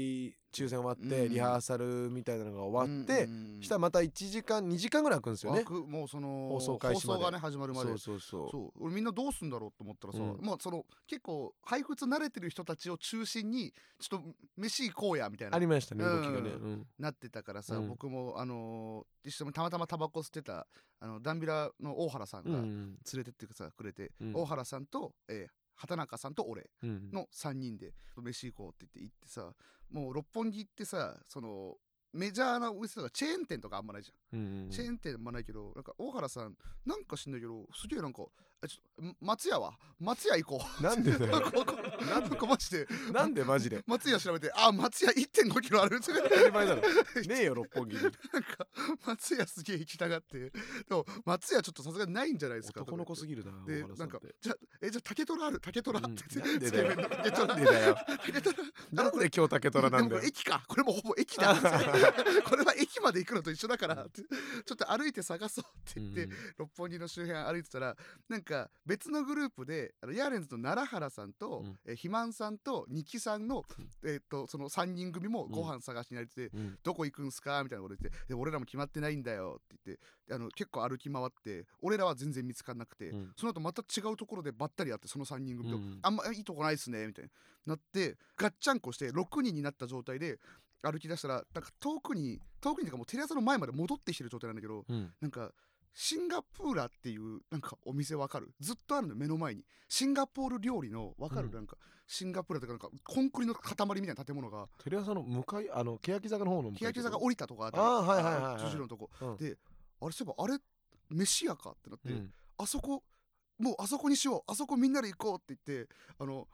[SPEAKER 1] 抽選終わっ
[SPEAKER 2] うんう
[SPEAKER 1] て
[SPEAKER 2] ん
[SPEAKER 1] リハーサルみたいなのが終わって、
[SPEAKER 2] うん
[SPEAKER 1] したらまた1時間2時間ぐらい空くんですよね
[SPEAKER 2] 枠もうその
[SPEAKER 1] 放送開始まで
[SPEAKER 2] 放送がね始まるまで
[SPEAKER 1] そうそうそう
[SPEAKER 2] そう俺みんなどうすんだろうと思ったらさ、
[SPEAKER 1] うん
[SPEAKER 2] まあその結構配布慣れてる人たちを中心にちょっと飯行こうやみたいな
[SPEAKER 1] ありましたね
[SPEAKER 2] う
[SPEAKER 1] 動
[SPEAKER 2] ん
[SPEAKER 1] きがね、うん
[SPEAKER 2] なってたからさ、
[SPEAKER 1] うん
[SPEAKER 2] 僕もあのー一緒にたまたまタバコ吸ってたあのダンビラの大原さん
[SPEAKER 1] う
[SPEAKER 2] が連
[SPEAKER 1] ん
[SPEAKER 2] れてってさくれて、
[SPEAKER 1] うん
[SPEAKER 2] 大原さんと、えー畑中さんと俺
[SPEAKER 1] うん
[SPEAKER 2] の3人で飯行こうって言って行ってさもう六本木行ってさそのメジャーなお店とかチェーン店とかあんまないじゃ
[SPEAKER 1] う
[SPEAKER 2] ん
[SPEAKER 1] ん
[SPEAKER 2] チェーン店もないけど、なんか大原さん、なんか知んないけど、すげえなんか、えちょっと、松屋は松屋行こう。
[SPEAKER 1] なんでだよ
[SPEAKER 2] ここ なんかマジで、
[SPEAKER 1] なんでマジで
[SPEAKER 2] 松屋調べて、あ、松屋1.5キロある。
[SPEAKER 1] 当たり前 だろねえよ六本木に
[SPEAKER 2] なんか、松屋すげえ行きたがって。でも、松屋ちょっとさすがにないんじゃないですか。
[SPEAKER 1] 男の子す
[SPEAKER 2] ぎ
[SPEAKER 1] ぎるな
[SPEAKER 2] で、
[SPEAKER 1] 大原
[SPEAKER 2] な
[SPEAKER 1] さ
[SPEAKER 2] ん
[SPEAKER 1] て
[SPEAKER 2] か、じゃえ、じゃあ竹虎ある竹虎って
[SPEAKER 1] うん
[SPEAKER 2] 言
[SPEAKER 1] なん
[SPEAKER 2] っ
[SPEAKER 1] で
[SPEAKER 2] て。つ
[SPEAKER 1] だ
[SPEAKER 2] け
[SPEAKER 1] よなん
[SPEAKER 2] 麺の竹虎
[SPEAKER 1] でだよ
[SPEAKER 2] 竹虎
[SPEAKER 1] なんで今日竹虎なんだよ
[SPEAKER 2] でもこれ駅かこれもうほぼ駅 だこれは駅まで行くのと一緒だからってちょっと歩いて探そうって言って、六本木の周辺歩いてたらなんか別のグループであのヤーレンズの奈良原さんと、
[SPEAKER 1] うん
[SPEAKER 2] えー肥満さんと二木さんの、えーっとその3人組もご飯探しになりてて、
[SPEAKER 1] うんうん
[SPEAKER 2] どこ行くんすかみたいなこと言ってで俺らも決まってないんだよって言ってあの結構歩き回って俺らは全然見つからなくて、
[SPEAKER 1] うん
[SPEAKER 2] その後また違うところでばったり会ってその3人組と、
[SPEAKER 1] うん
[SPEAKER 2] あんまいいとこないっすねみたいになってガッチャンコして6人になった状態で歩き出したらなんか遠くに遠くにというかもうテレ朝の前まで戻ってきてる状態なんだけど
[SPEAKER 1] うん
[SPEAKER 2] なんかシンガプーラっていうなんかお店わかるずっとあるの目の前にシンガポール料理のわかる、
[SPEAKER 1] うん
[SPEAKER 2] なんかシンガプーラとかなんかコンクリの塊みたいな建物が
[SPEAKER 1] テレ朝の向かいあの欅坂の方の向かい
[SPEAKER 2] 欅坂降りたとかあった
[SPEAKER 1] あーはいはいはいはい
[SPEAKER 2] 十字路のとこ、
[SPEAKER 1] うん
[SPEAKER 2] であれそういえばあれ飯屋かってなって、
[SPEAKER 1] うん
[SPEAKER 2] あそこもうあそこにしようあそこみんなで行こうって言ってあの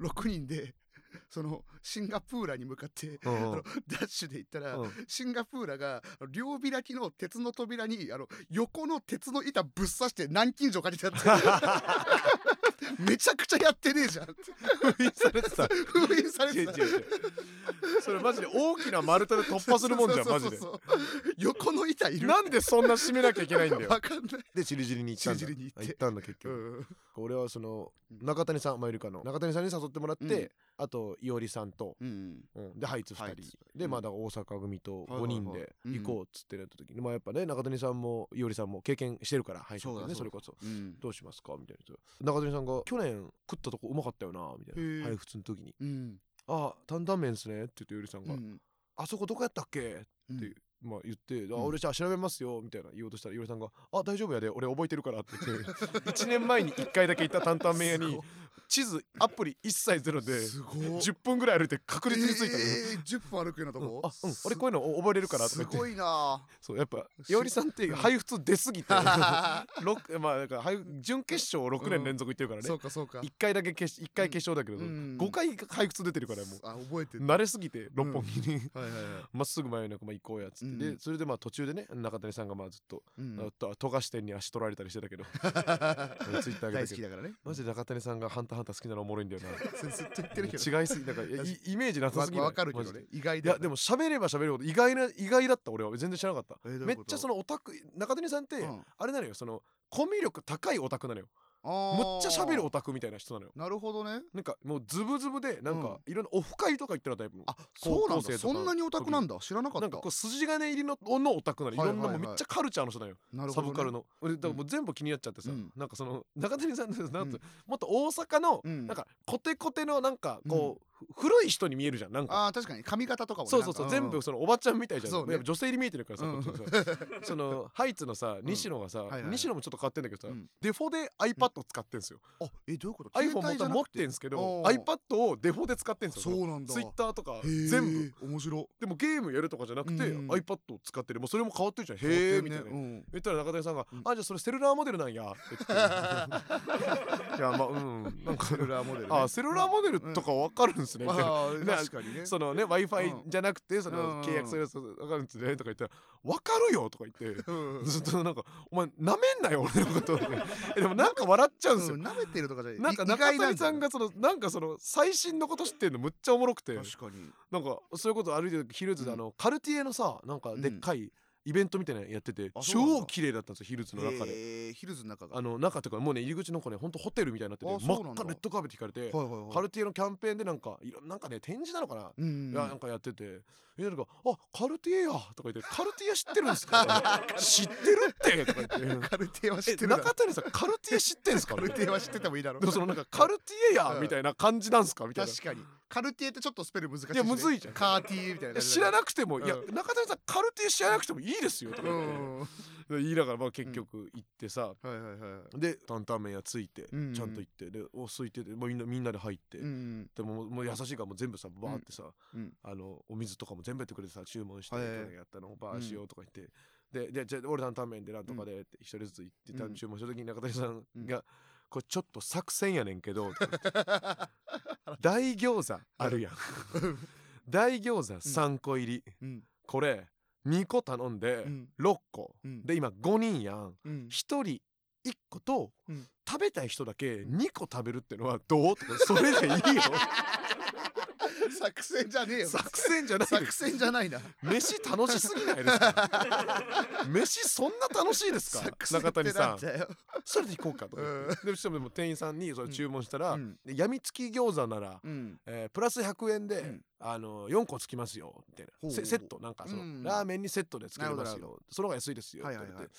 [SPEAKER 2] 6人で そのシンガプーラに向かって
[SPEAKER 1] うん
[SPEAKER 2] あ
[SPEAKER 1] う
[SPEAKER 2] の
[SPEAKER 1] ん
[SPEAKER 2] ダッシュで行ったら、
[SPEAKER 1] うん
[SPEAKER 2] シンガプーラがあの両開きの鉄の扉にあの横の鉄の板ぶっ刺して南京錠かけてや ってめちゃくちゃやってねえじゃんって
[SPEAKER 1] 封印され てた
[SPEAKER 2] 封印され
[SPEAKER 1] 違
[SPEAKER 2] て
[SPEAKER 1] う
[SPEAKER 2] た
[SPEAKER 1] 違う違うそれマジで大きな丸太で突破するもんじゃん
[SPEAKER 2] そ
[SPEAKER 1] マ
[SPEAKER 2] うそ
[SPEAKER 1] ジで
[SPEAKER 2] うそうそう 横の板いる
[SPEAKER 1] なんでそんな締めなきゃいけないんだよ
[SPEAKER 2] わかんない、
[SPEAKER 1] でチリジリに行ったんだ
[SPEAKER 2] チリジリに行って
[SPEAKER 1] あたんだ結
[SPEAKER 2] う
[SPEAKER 1] 局、
[SPEAKER 2] ん、
[SPEAKER 1] 俺はその
[SPEAKER 2] うん
[SPEAKER 1] 中谷さんマユリカの中谷さんに誘ってもらって、
[SPEAKER 2] うん
[SPEAKER 1] あといおりさんと、
[SPEAKER 2] うん
[SPEAKER 1] うんでハイツ
[SPEAKER 2] ハ
[SPEAKER 1] 2
[SPEAKER 2] イツ
[SPEAKER 1] 人
[SPEAKER 2] う
[SPEAKER 1] で
[SPEAKER 2] ん
[SPEAKER 1] まあだから大阪組と
[SPEAKER 2] はいはいは
[SPEAKER 1] 5
[SPEAKER 2] い
[SPEAKER 1] 人で
[SPEAKER 2] うん
[SPEAKER 1] 行こうっつってなった時にまあやっぱね中谷さんもいおりさんも経験してるから配信
[SPEAKER 2] そうだ
[SPEAKER 1] ねそ
[SPEAKER 2] そう
[SPEAKER 1] れ
[SPEAKER 2] だ
[SPEAKER 1] こそ
[SPEAKER 2] うん
[SPEAKER 1] どうしますかみたいな中谷さんが「去年食ったとこうまかったよな」みたい
[SPEAKER 2] へえ
[SPEAKER 1] な配布の時に
[SPEAKER 2] うん
[SPEAKER 1] 「ああ担々麺っすね」って言ってよりさん
[SPEAKER 2] う
[SPEAKER 1] が
[SPEAKER 2] ん
[SPEAKER 1] 「あそこどこやったっけ?」
[SPEAKER 2] うん
[SPEAKER 1] ってまあ言って「あ
[SPEAKER 2] ん
[SPEAKER 1] 俺じゃあ調べますよ」みたいな言おうとしたらいおりさんが「あ大丈夫やで俺覚えてるから」って言って 1年前に1回だけ行った担々麺屋に地図アプリ一切ゼロで。
[SPEAKER 2] すごい
[SPEAKER 1] 10分ぐらい歩いて確実についたの、
[SPEAKER 2] えー、10分歩くようなと
[SPEAKER 1] うん
[SPEAKER 2] こ、
[SPEAKER 1] あ、うん、俺こういうの覚えれるからとか
[SPEAKER 2] す
[SPEAKER 1] 言って
[SPEAKER 2] ごい な
[SPEAKER 1] そうやっぱいおりさんって配布出すぎ て六まあだから配布準決勝6年連続行ってるからね、
[SPEAKER 2] そうかそうか
[SPEAKER 1] 1回だけ決1回決勝だけど、
[SPEAKER 2] うん
[SPEAKER 1] 5回配布出てるからも
[SPEAKER 2] あ覚えて
[SPEAKER 1] う
[SPEAKER 2] る
[SPEAKER 1] 慣れすぎて六本木に、
[SPEAKER 2] はいはいはい
[SPEAKER 1] まっすぐ前なくまあ行こうやっつって、
[SPEAKER 2] うん
[SPEAKER 1] でそれでまあ途中でね中谷さんがまあずっと、
[SPEAKER 2] うん
[SPEAKER 1] あと富樫店に足取られたりしてたけ どツイッター上げた
[SPEAKER 2] 大好
[SPEAKER 1] け
[SPEAKER 2] き
[SPEAKER 1] ど
[SPEAKER 2] だからね
[SPEAKER 1] マジで中谷さんが「ハンターハンター」好きなのおもろいんだよな
[SPEAKER 2] ずっと言ってるけど
[SPEAKER 1] 違いすぎなんかいやいイメージなさ
[SPEAKER 2] わ
[SPEAKER 1] すぎない
[SPEAKER 2] わかるけ
[SPEAKER 1] マジ
[SPEAKER 2] ど
[SPEAKER 1] で
[SPEAKER 2] ね意外
[SPEAKER 1] い
[SPEAKER 2] だよ
[SPEAKER 1] や
[SPEAKER 2] ね
[SPEAKER 1] でも喋れば喋るほど意外な意外だった俺は全然知らなかった
[SPEAKER 2] えーどうい
[SPEAKER 1] めっ
[SPEAKER 2] うこと
[SPEAKER 1] ちゃそのオタク中谷さんって、
[SPEAKER 2] うん
[SPEAKER 1] あれなのよそのコミュ力高いオタクなのよ
[SPEAKER 2] あ
[SPEAKER 1] むっちゃ喋るオ
[SPEAKER 2] 音
[SPEAKER 1] タクみたいな人なのよ
[SPEAKER 2] なるほどね
[SPEAKER 1] なんかもうズブズブでなん
[SPEAKER 2] うん
[SPEAKER 1] かいろんなオフ会とか行ってるタイプの
[SPEAKER 2] あそうな
[SPEAKER 1] 高校
[SPEAKER 2] ん
[SPEAKER 1] 生
[SPEAKER 2] だ
[SPEAKER 1] とか
[SPEAKER 2] そんなにオタクなんだ知らなかっ
[SPEAKER 1] な
[SPEAKER 2] た
[SPEAKER 1] んかこう筋金入りののオタクなのよい
[SPEAKER 2] はい
[SPEAKER 1] ろ
[SPEAKER 2] は
[SPEAKER 1] んな
[SPEAKER 2] いはい
[SPEAKER 1] もうめっちゃカルチャーの人なのよ
[SPEAKER 2] なるほ
[SPEAKER 1] サ
[SPEAKER 2] どね
[SPEAKER 1] ブカルの俺だからもう全部気になっちゃってさ
[SPEAKER 2] うん
[SPEAKER 1] なんかその中谷さんってなん
[SPEAKER 2] う
[SPEAKER 1] か
[SPEAKER 2] ん
[SPEAKER 1] もっと大阪の
[SPEAKER 2] うん
[SPEAKER 1] なんかコテコテのなんかこうふ古い人に見えるじゃんなんか
[SPEAKER 2] あー確かに髪型とかもね
[SPEAKER 1] そうそうそう
[SPEAKER 2] なんか
[SPEAKER 1] 全部そのおばちゃんみたいじゃん
[SPEAKER 2] そうね
[SPEAKER 1] やっぱ女性に見えてるからさ
[SPEAKER 2] うん
[SPEAKER 1] こっちもさそ のハイツのさ西野がさ
[SPEAKER 2] はいはいはい
[SPEAKER 1] 西野もちょっと変わってんだけどさ
[SPEAKER 2] うん
[SPEAKER 1] デフォで iPad を使ってんすよ
[SPEAKER 2] あえどういうこと
[SPEAKER 1] iPhone も
[SPEAKER 2] 携
[SPEAKER 1] っ
[SPEAKER 2] 帯じゃ
[SPEAKER 1] と
[SPEAKER 2] な
[SPEAKER 1] 持っ
[SPEAKER 2] く
[SPEAKER 1] てんすけど
[SPEAKER 2] おー
[SPEAKER 1] iPad をデフォで使ってんすよ
[SPEAKER 2] そうなんだ
[SPEAKER 1] Twitter とか
[SPEAKER 2] へー
[SPEAKER 1] 全部
[SPEAKER 2] 面白
[SPEAKER 1] でもゲームやるとかじゃなくて
[SPEAKER 2] うん
[SPEAKER 1] iPad を使ってるもうそれも変わってるじゃんへえみたいな
[SPEAKER 2] う
[SPEAKER 1] 言
[SPEAKER 2] ん
[SPEAKER 1] ったら中谷さんが
[SPEAKER 2] うん
[SPEAKER 1] 「あじゃあそれセルラーモデルなんや」って言っていや まあうんなんか
[SPEAKER 2] セルラーモデルね
[SPEAKER 1] あセルラーモデルとか分かるんすねみたいな
[SPEAKER 2] あー
[SPEAKER 1] な
[SPEAKER 2] 確かにね
[SPEAKER 1] そのね w i f
[SPEAKER 2] う
[SPEAKER 1] i
[SPEAKER 2] ん
[SPEAKER 1] じゃなくてそ
[SPEAKER 2] うん
[SPEAKER 1] の契約するやつ分かるんですねとか言ったら「分かるよ」とか言 って
[SPEAKER 2] うん
[SPEAKER 1] ずっとなんか「お前なめんなよ俺のこと」えでもなんか笑っちゃうんです
[SPEAKER 2] う
[SPEAKER 1] よ
[SPEAKER 2] ん舐めてるとかじゃない
[SPEAKER 1] なんか
[SPEAKER 2] い
[SPEAKER 1] 中
[SPEAKER 2] 意外
[SPEAKER 1] 谷さん
[SPEAKER 2] だ
[SPEAKER 1] がそのなんかその最新のこと知ってんのむっちゃおもろくて
[SPEAKER 2] よ
[SPEAKER 1] なん
[SPEAKER 2] 確かに
[SPEAKER 1] かそういうこと歩いてる時ヒルズであのカルティエのさなんかでっかいイベントみたいなのやってて
[SPEAKER 2] あそうなんだ
[SPEAKER 1] 超綺麗だったんですよヒルズの中で。
[SPEAKER 2] えーヒルズの中が
[SPEAKER 1] あの中とかもうね入り口の方ねほんとホテルみたいになって
[SPEAKER 2] あ
[SPEAKER 1] て
[SPEAKER 2] そう
[SPEAKER 1] 真
[SPEAKER 2] なんだ
[SPEAKER 1] っ赤レッドカーペット引かれて
[SPEAKER 2] はいはいはい
[SPEAKER 1] カルティエのキャンペーンでなんかいろなんかね展示なのかな、
[SPEAKER 2] うん
[SPEAKER 1] いやなんかやっててみんなが「あカルティエや」とか言って「カルティエ知ってるんです か?」知ってるって」とか言って
[SPEAKER 2] カルティエは知って
[SPEAKER 1] え
[SPEAKER 2] るな
[SPEAKER 1] 中谷さんカルティエ知ってんすか
[SPEAKER 2] カルティエは知っててもいいだろう
[SPEAKER 1] でもそのなんかカルティエや
[SPEAKER 2] うん
[SPEAKER 1] みたいな感じなんすかみたいな
[SPEAKER 2] 確かにカルティエってちょっとスペル難しいしね
[SPEAKER 1] いやむずいじゃん
[SPEAKER 2] カーティエみたいな
[SPEAKER 1] え知ら
[SPEAKER 2] い
[SPEAKER 1] なくても、
[SPEAKER 2] うん
[SPEAKER 1] いや中谷さんカルティエ知らなくてもいいですよとか
[SPEAKER 2] う
[SPEAKER 1] 言っ
[SPEAKER 2] ん
[SPEAKER 1] て、
[SPEAKER 2] はい
[SPEAKER 1] 言いながらまあ結局行ってさ、
[SPEAKER 2] はいは
[SPEAKER 1] で担々麺屋ついて、
[SPEAKER 2] うんうん
[SPEAKER 1] ちゃんと行ってでお空いててもうみんなみんなで入って、
[SPEAKER 2] いうん
[SPEAKER 1] でももう優しいからもう全部さバーってさ、
[SPEAKER 2] うん
[SPEAKER 1] あのお水とかも全部やってくれてさ注文して、
[SPEAKER 2] はいはい
[SPEAKER 1] これやったのバーしようとか言って、ででじゃあ俺担々麺でなんとかでって一人ずつ行って、
[SPEAKER 2] うん
[SPEAKER 1] 注文した時に中谷さん
[SPEAKER 2] うん
[SPEAKER 1] が、これちょっと作戦やねんけど」とか言って大餃子あるやん大餃子3個入り、
[SPEAKER 2] うん
[SPEAKER 1] これ2個頼んで
[SPEAKER 2] うん
[SPEAKER 1] 6個、
[SPEAKER 2] うん
[SPEAKER 1] で今5人やん
[SPEAKER 2] うん
[SPEAKER 1] 1人1個と、
[SPEAKER 2] うん
[SPEAKER 1] 食べたい人だけ2個食べるってのはどうとか それでいいよ
[SPEAKER 2] 作戦じゃねえ よ
[SPEAKER 1] 作戦じゃないです
[SPEAKER 2] 作戦じゃないな
[SPEAKER 1] 飯楽しすぎないです か飯そんな楽しいですか
[SPEAKER 2] 作戦って
[SPEAKER 1] 中谷さん
[SPEAKER 2] なんだよ
[SPEAKER 1] それで行こうかとか言って、でしかもでも店員さんにそれ注文したら、
[SPEAKER 2] うん
[SPEAKER 1] で病みつき餃子なら、
[SPEAKER 2] うん
[SPEAKER 1] えープラス100円で、
[SPEAKER 2] うん
[SPEAKER 1] あの4個つきますよみたい
[SPEAKER 2] ほう
[SPEAKER 1] なせセットなんかその、
[SPEAKER 2] うん
[SPEAKER 1] ラーメンにセットでつけれま
[SPEAKER 2] な
[SPEAKER 1] す
[SPEAKER 2] るほどなるほ
[SPEAKER 1] よその方が安いですよっ
[SPEAKER 2] はい
[SPEAKER 1] て
[SPEAKER 2] はい
[SPEAKER 1] 言っ
[SPEAKER 2] はい
[SPEAKER 1] て。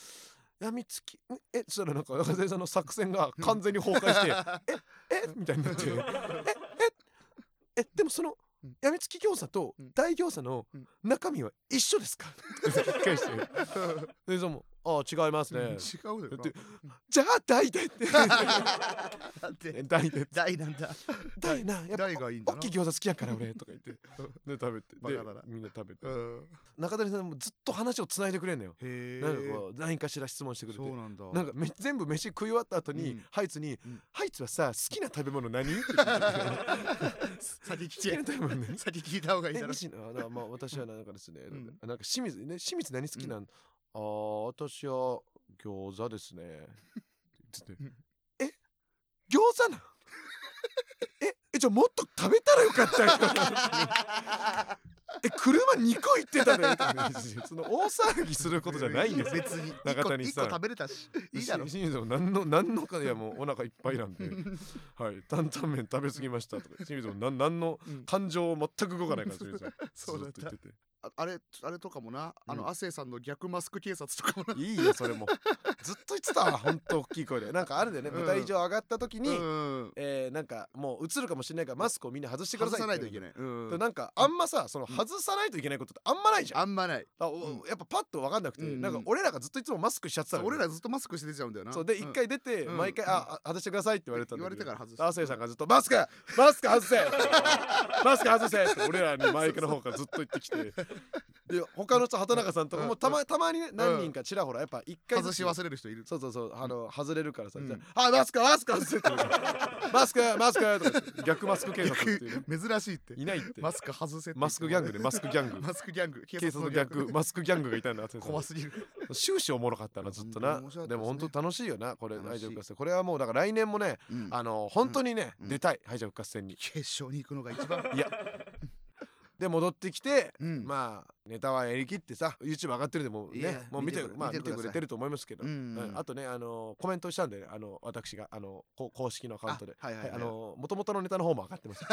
[SPEAKER 1] 病みつきんえそしたらなんか中谷さんの作戦が完全に崩壊し てえみたいになってえええでもその
[SPEAKER 2] うん
[SPEAKER 1] やみつき餃子と
[SPEAKER 2] うん
[SPEAKER 1] 大餃子の
[SPEAKER 2] うん
[SPEAKER 1] 中身は一緒ですかって聞き返してでその「ああ違います
[SPEAKER 2] うん違
[SPEAKER 1] ね」
[SPEAKER 2] うよ
[SPEAKER 1] でじゃあ大で」って
[SPEAKER 2] ななんで
[SPEAKER 1] 大で
[SPEAKER 2] 大なんだ
[SPEAKER 1] 大なやっぱ
[SPEAKER 2] 大がいいんだ
[SPEAKER 1] 大
[SPEAKER 2] な
[SPEAKER 1] きい餃子好きやから俺とか言ってで食べて
[SPEAKER 2] バカ
[SPEAKER 1] で
[SPEAKER 2] だな
[SPEAKER 1] みんな食べて
[SPEAKER 2] うん
[SPEAKER 1] 中谷さんもずっと話をつないでくれんのよ
[SPEAKER 2] へえ
[SPEAKER 1] なんかこう何かしら質問してくれ
[SPEAKER 2] そう
[SPEAKER 1] て
[SPEAKER 2] なんだ
[SPEAKER 1] なんかめ全部飯食い終わった後に、
[SPEAKER 2] うん
[SPEAKER 1] ハイツに、
[SPEAKER 2] うん
[SPEAKER 1] ハイツはさ好きな食べ物何?」って聞いて好
[SPEAKER 2] 先聞
[SPEAKER 1] きな
[SPEAKER 2] け
[SPEAKER 1] 食べ物何
[SPEAKER 2] 先聞いた方が いい
[SPEAKER 1] え
[SPEAKER 2] だろ
[SPEAKER 1] 西野あなまあ私はなんかですね、
[SPEAKER 2] ん
[SPEAKER 1] なんかなんか清水ね清水何好きなん、あー私は餃子ですねつって
[SPEAKER 2] うん
[SPEAKER 1] え餃子なんええじゃあもっと食べたらよかったよ え車2個行ってたねその大騒ぎする ことじゃないんですよ
[SPEAKER 2] 別に一
[SPEAKER 1] 中
[SPEAKER 2] 個
[SPEAKER 1] 谷
[SPEAKER 2] 一
[SPEAKER 1] さ
[SPEAKER 2] 個
[SPEAKER 1] ん
[SPEAKER 2] 食べれたしいいだろ
[SPEAKER 1] し清水も何の何のかいやもうお腹いっぱいなんではい担々麺食べ過ぎましたとか清水も何何の
[SPEAKER 2] うん
[SPEAKER 1] 感情全く動かないから清水さん
[SPEAKER 2] そうだっ
[SPEAKER 1] ずっと言
[SPEAKER 2] た
[SPEAKER 1] ってて
[SPEAKER 2] ああれあれとかもなあ
[SPEAKER 1] うん
[SPEAKER 2] の亜生さんの逆マスク警察とかもない
[SPEAKER 1] いよそれもずっと言ってたわほんと大きい声でなんかあるんだよね、
[SPEAKER 2] うん
[SPEAKER 1] 舞台上上がった時に、
[SPEAKER 2] うん
[SPEAKER 1] えーなんかもう映るかもしれないからマスクをみんな外してくださ
[SPEAKER 2] 外
[SPEAKER 1] い
[SPEAKER 2] さないといけ
[SPEAKER 1] い
[SPEAKER 2] ないうん
[SPEAKER 1] なんかあんまさその
[SPEAKER 2] うん
[SPEAKER 1] 外さないといけないことってあんまないじゃん、
[SPEAKER 2] あんまない
[SPEAKER 1] あお
[SPEAKER 2] う
[SPEAKER 1] やっぱパッと分かんなくて、
[SPEAKER 2] うん
[SPEAKER 1] なんか俺らがずっといつもマスクしちゃってたのよ
[SPEAKER 2] 俺らずっとマスクして出ちゃうんだよな
[SPEAKER 1] そうで
[SPEAKER 2] ん
[SPEAKER 1] 一回出て、
[SPEAKER 2] うん
[SPEAKER 1] 毎回「
[SPEAKER 2] うん
[SPEAKER 1] ああ外してください」って言われたんだ
[SPEAKER 2] 言わ
[SPEAKER 1] け
[SPEAKER 2] れ
[SPEAKER 1] ど
[SPEAKER 2] てから外す
[SPEAKER 1] 亜生さんがずっと「マスクマスク外せマスク外せ!」って俺らにマイクの方からずっと言ってきてで他の人畑中さんとかもたまたまにね何人かちらほらやっぱ一回ず
[SPEAKER 2] 外
[SPEAKER 1] つ
[SPEAKER 2] し忘れる人いる
[SPEAKER 1] そうそうそうあの外れるからさ
[SPEAKER 2] うん
[SPEAKER 1] じゃああマスクマスク外せ!」って言うからマスクマスク!」とか言って逆マスク警察っていうね
[SPEAKER 2] 珍しいって
[SPEAKER 1] いないって
[SPEAKER 2] マスク外せって
[SPEAKER 1] マスクギャングでマスクギャング
[SPEAKER 2] マスクギャング
[SPEAKER 1] 警察の逆マスクギャングがいたんだって
[SPEAKER 2] 怖すぎる
[SPEAKER 1] 終始おもろかったなずっとな
[SPEAKER 2] 本当に面白かったですね
[SPEAKER 1] でも本当楽しいよなこれ
[SPEAKER 2] 楽しい
[SPEAKER 1] 大丈夫かさこれはもうだから来年もね
[SPEAKER 2] うん
[SPEAKER 1] あの本当にね、
[SPEAKER 2] うん
[SPEAKER 1] 出たい敗者復活戦に。
[SPEAKER 2] 決勝に行くのが一番
[SPEAKER 1] いやで戻ってきて、
[SPEAKER 2] うん
[SPEAKER 1] まあネタはやりきってさ YouTube 上がってるんでもう
[SPEAKER 2] い
[SPEAKER 1] ね
[SPEAKER 2] や
[SPEAKER 1] もう見て
[SPEAKER 2] 見て
[SPEAKER 1] まあ、
[SPEAKER 2] 見
[SPEAKER 1] 見
[SPEAKER 2] て
[SPEAKER 1] てく
[SPEAKER 2] ください
[SPEAKER 1] れてると思いますけど、
[SPEAKER 2] うん
[SPEAKER 1] うんあとねあのコメントしたんで、ね、あの私があのこ公式のアカウントで。
[SPEAKER 2] あはいはい
[SPEAKER 1] はい
[SPEAKER 2] は
[SPEAKER 1] あ
[SPEAKER 2] い
[SPEAKER 1] の元々のネタの方も上がってます。こ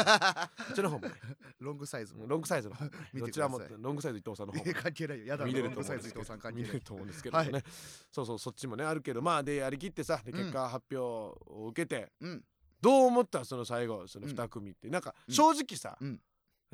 [SPEAKER 1] っちの方 もね、
[SPEAKER 2] ロングサイズも
[SPEAKER 1] ロングサイズの方もね、
[SPEAKER 2] 見
[SPEAKER 1] ど
[SPEAKER 2] てく
[SPEAKER 1] ち
[SPEAKER 2] だ
[SPEAKER 1] ら
[SPEAKER 2] さい
[SPEAKER 1] もロングサイズ伊藤さんの方も
[SPEAKER 2] いや関係ないよやだ
[SPEAKER 1] 見
[SPEAKER 2] な
[SPEAKER 1] れ
[SPEAKER 2] ロ
[SPEAKER 1] る
[SPEAKER 2] ン
[SPEAKER 1] と
[SPEAKER 2] グ
[SPEAKER 1] 思う
[SPEAKER 2] サ
[SPEAKER 1] ん
[SPEAKER 2] イ
[SPEAKER 1] で
[SPEAKER 2] ズ
[SPEAKER 1] すけ
[SPEAKER 2] 伊藤さ
[SPEAKER 1] ど
[SPEAKER 2] ん関係
[SPEAKER 1] 見
[SPEAKER 2] な
[SPEAKER 1] れる
[SPEAKER 2] い
[SPEAKER 1] と思うんですけどもね、
[SPEAKER 2] は
[SPEAKER 1] そうそうそっちもねあるけどまあでやりきってさで
[SPEAKER 2] うん
[SPEAKER 1] 結果発表を受けて、
[SPEAKER 2] うん
[SPEAKER 1] どう思ったその最後その
[SPEAKER 2] うん
[SPEAKER 1] 2組って、なんか
[SPEAKER 2] うん
[SPEAKER 1] 正直さ、
[SPEAKER 2] うん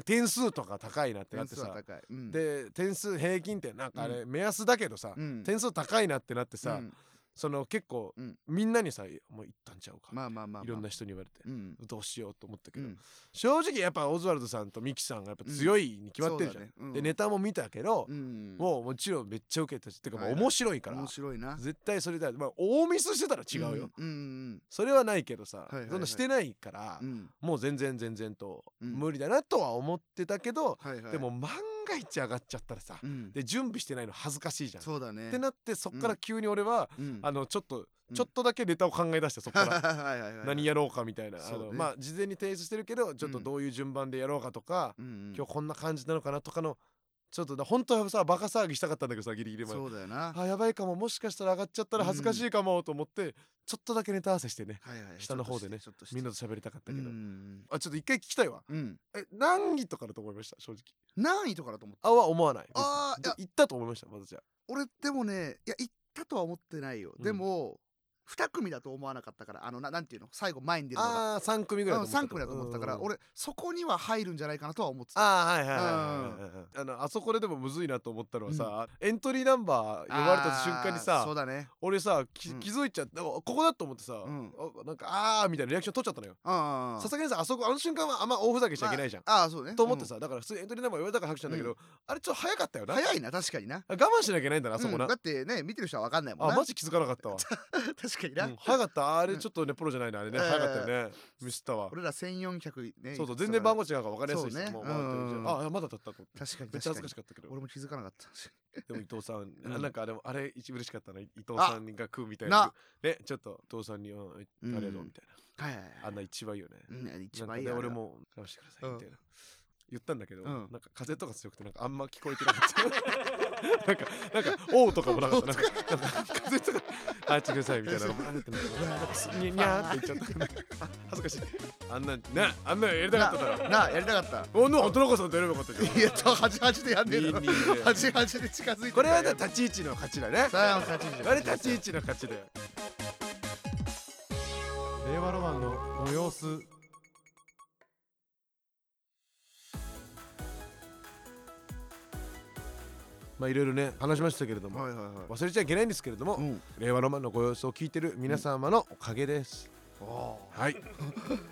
[SPEAKER 1] 点数とか高いなってな
[SPEAKER 2] 点
[SPEAKER 1] って
[SPEAKER 2] 数は
[SPEAKER 1] さ
[SPEAKER 2] 高いうん
[SPEAKER 1] で点数平均点なんかあれ目安だけどさ、
[SPEAKER 2] うん
[SPEAKER 1] 点数高いなってなってさ、
[SPEAKER 2] うん
[SPEAKER 1] その結構、
[SPEAKER 2] うん
[SPEAKER 1] みんなにさ「もう行ったんちゃうか」
[SPEAKER 2] まあまあまあまあ
[SPEAKER 1] いろんな人に言われて、
[SPEAKER 2] うん
[SPEAKER 1] どうしようと思ったけ
[SPEAKER 2] う
[SPEAKER 1] ど、
[SPEAKER 2] ん
[SPEAKER 1] 正直やっぱオズワルドさんとミキさんがやっぱ強いに決まってるじゃん。
[SPEAKER 2] そうだねうん
[SPEAKER 1] でネタも見たけど、
[SPEAKER 2] うん
[SPEAKER 1] もうもちろんめっちゃ受けたしてかまあ
[SPEAKER 2] はいはい
[SPEAKER 1] 面白いから、
[SPEAKER 2] 面白いな
[SPEAKER 1] 絶対それだ、まあ、大ミスしてたら違うよ、
[SPEAKER 2] うんうん
[SPEAKER 1] それはないけどさ、
[SPEAKER 2] いはいはい
[SPEAKER 1] そんなしてないから、
[SPEAKER 2] うんうん
[SPEAKER 1] もう全然全然と
[SPEAKER 2] うん
[SPEAKER 1] 無理だなとは思ってたけど、
[SPEAKER 2] はいはい
[SPEAKER 1] でも万が一上がっちゃったらさ、
[SPEAKER 2] うん
[SPEAKER 1] で準備してないの恥ずかしいじゃん。っ
[SPEAKER 2] そうだね
[SPEAKER 1] てなってそっから急に俺は、
[SPEAKER 2] うん
[SPEAKER 1] あのちょっと、
[SPEAKER 2] うん
[SPEAKER 1] ちょっとだけネタを考え出してそっから。
[SPEAKER 2] はいはいはいはい
[SPEAKER 1] 何やろうかみたいな、あ
[SPEAKER 2] そう
[SPEAKER 1] の
[SPEAKER 2] ね
[SPEAKER 1] まあ事前に提出してるけどちょっとどういう順番でやろうかとか、
[SPEAKER 2] うんうん
[SPEAKER 1] 今日こんな感じなのかなとかのちょっとな本当はさバカ騒ぎしたかったんだけどさギリギリまで
[SPEAKER 2] そうだよな。は
[SPEAKER 1] あやばいかももしかしたら上がっちゃったら恥ずかしいかもと思って、ちょっとだけネタ合わせしてね
[SPEAKER 2] いはい。
[SPEAKER 1] 下の方でね
[SPEAKER 2] ちょっとして
[SPEAKER 1] みんなと喋りたかった
[SPEAKER 2] う
[SPEAKER 1] けど、
[SPEAKER 2] ん。
[SPEAKER 1] あちょっと一回聞きたいわ
[SPEAKER 2] うん。
[SPEAKER 1] え何位とかだと思いました正直
[SPEAKER 2] 何位とかだと思った。
[SPEAKER 1] あは思わない
[SPEAKER 2] あーいや
[SPEAKER 1] 行ったと思いましたまずじゃあ
[SPEAKER 2] 俺でもねいや行ったとは思ってないよ、
[SPEAKER 1] うん
[SPEAKER 2] でも2組だと思わなかったからあのななんていうの最後前に出るのが
[SPEAKER 1] ああ3組ぐらい
[SPEAKER 2] 3組だと思ってたから
[SPEAKER 1] うん
[SPEAKER 2] 俺そこには入るんじゃないかなとは思ってた
[SPEAKER 1] ああはいはいはいはいはいはいあのあそこででもむずいなと思ったのはさ、エントリーナンバー呼ばれた瞬間に
[SPEAKER 2] あーそ
[SPEAKER 1] さ
[SPEAKER 2] うだね
[SPEAKER 1] 俺さき
[SPEAKER 2] うん
[SPEAKER 1] 気づいちゃって、ここだと思ってさ、
[SPEAKER 2] ん
[SPEAKER 1] あなんかあーみたいなリアクション取っちゃったのよ
[SPEAKER 2] あ
[SPEAKER 1] さすがにさあそこあの瞬間はあんま大ふざけしちゃいけないじゃん、
[SPEAKER 2] ああーそうね
[SPEAKER 1] と思ってさ、だから普通にエントリーナンバー言われたから拍手なんだけど、
[SPEAKER 2] う
[SPEAKER 1] あれちょっと早かったよ
[SPEAKER 2] う
[SPEAKER 1] なん
[SPEAKER 2] 早いな確かにな
[SPEAKER 1] 我慢しなきゃいけないんだなあそこな、
[SPEAKER 2] うんだってね見てる人は分かんないもん
[SPEAKER 1] あ
[SPEAKER 2] な
[SPEAKER 1] マジ気づかなかったわ、
[SPEAKER 2] 確かにな、
[SPEAKER 1] うん早かったあれちょっとねプロじゃないなあれね、
[SPEAKER 2] えー
[SPEAKER 1] 早かったよねミスったわ
[SPEAKER 2] 俺ら1400ね
[SPEAKER 1] そうそう全然番
[SPEAKER 2] 号
[SPEAKER 1] 号違うから分かりやすいし
[SPEAKER 2] そうね
[SPEAKER 1] もう回ってるじゃん
[SPEAKER 2] うん
[SPEAKER 1] あいやまだだったと思って
[SPEAKER 2] 確かに
[SPEAKER 1] めっちゃ恥ず
[SPEAKER 2] 確か
[SPEAKER 1] か
[SPEAKER 2] に
[SPEAKER 1] しかったけど
[SPEAKER 2] 俺も気づかなかった
[SPEAKER 1] でも伊藤さん、
[SPEAKER 2] うん
[SPEAKER 1] あなんかでもあれ一嬉しかったな伊藤さんが食うみたい
[SPEAKER 2] な
[SPEAKER 1] なねちょっと伊藤さんに、うん、ありがとうみたい
[SPEAKER 2] はいはいはい
[SPEAKER 1] な、あんな一番いいよね、
[SPEAKER 2] うん一
[SPEAKER 1] なんか
[SPEAKER 2] 番いい
[SPEAKER 1] ね
[SPEAKER 2] よ
[SPEAKER 1] 俺も直してくださいみたいな、言ったんだけど、
[SPEAKER 2] うん
[SPEAKER 1] なんか風とか強くてなんかあんま聞こえてなかった なんかなんか「おう」とかもなかったなんかなんか風とか「あっちください」みたいなのもあるってなん かにゃにゃーって言っちゃった恥ずかしいあんなねあんなやりたかっただろ
[SPEAKER 2] ななあやりたかった
[SPEAKER 1] おの田中さんとやればよかった じゃん
[SPEAKER 2] いや、と、端々でやんねえ だろ。
[SPEAKER 1] 二二で
[SPEAKER 2] 端々で近づいて。
[SPEAKER 1] これはね、立ち位置の勝ちだね
[SPEAKER 2] さあ、立ち位置。
[SPEAKER 1] あれ立ち位置の勝ちだよ令和ロマンのご様子まあいろいろね話しましたけれども、
[SPEAKER 2] はいはいは
[SPEAKER 1] 忘れちゃいけないんですけれども、
[SPEAKER 2] い。うん。
[SPEAKER 1] 令和ロマンのご様子を聞いてる皆様のおかげです、
[SPEAKER 2] ああ、
[SPEAKER 1] はい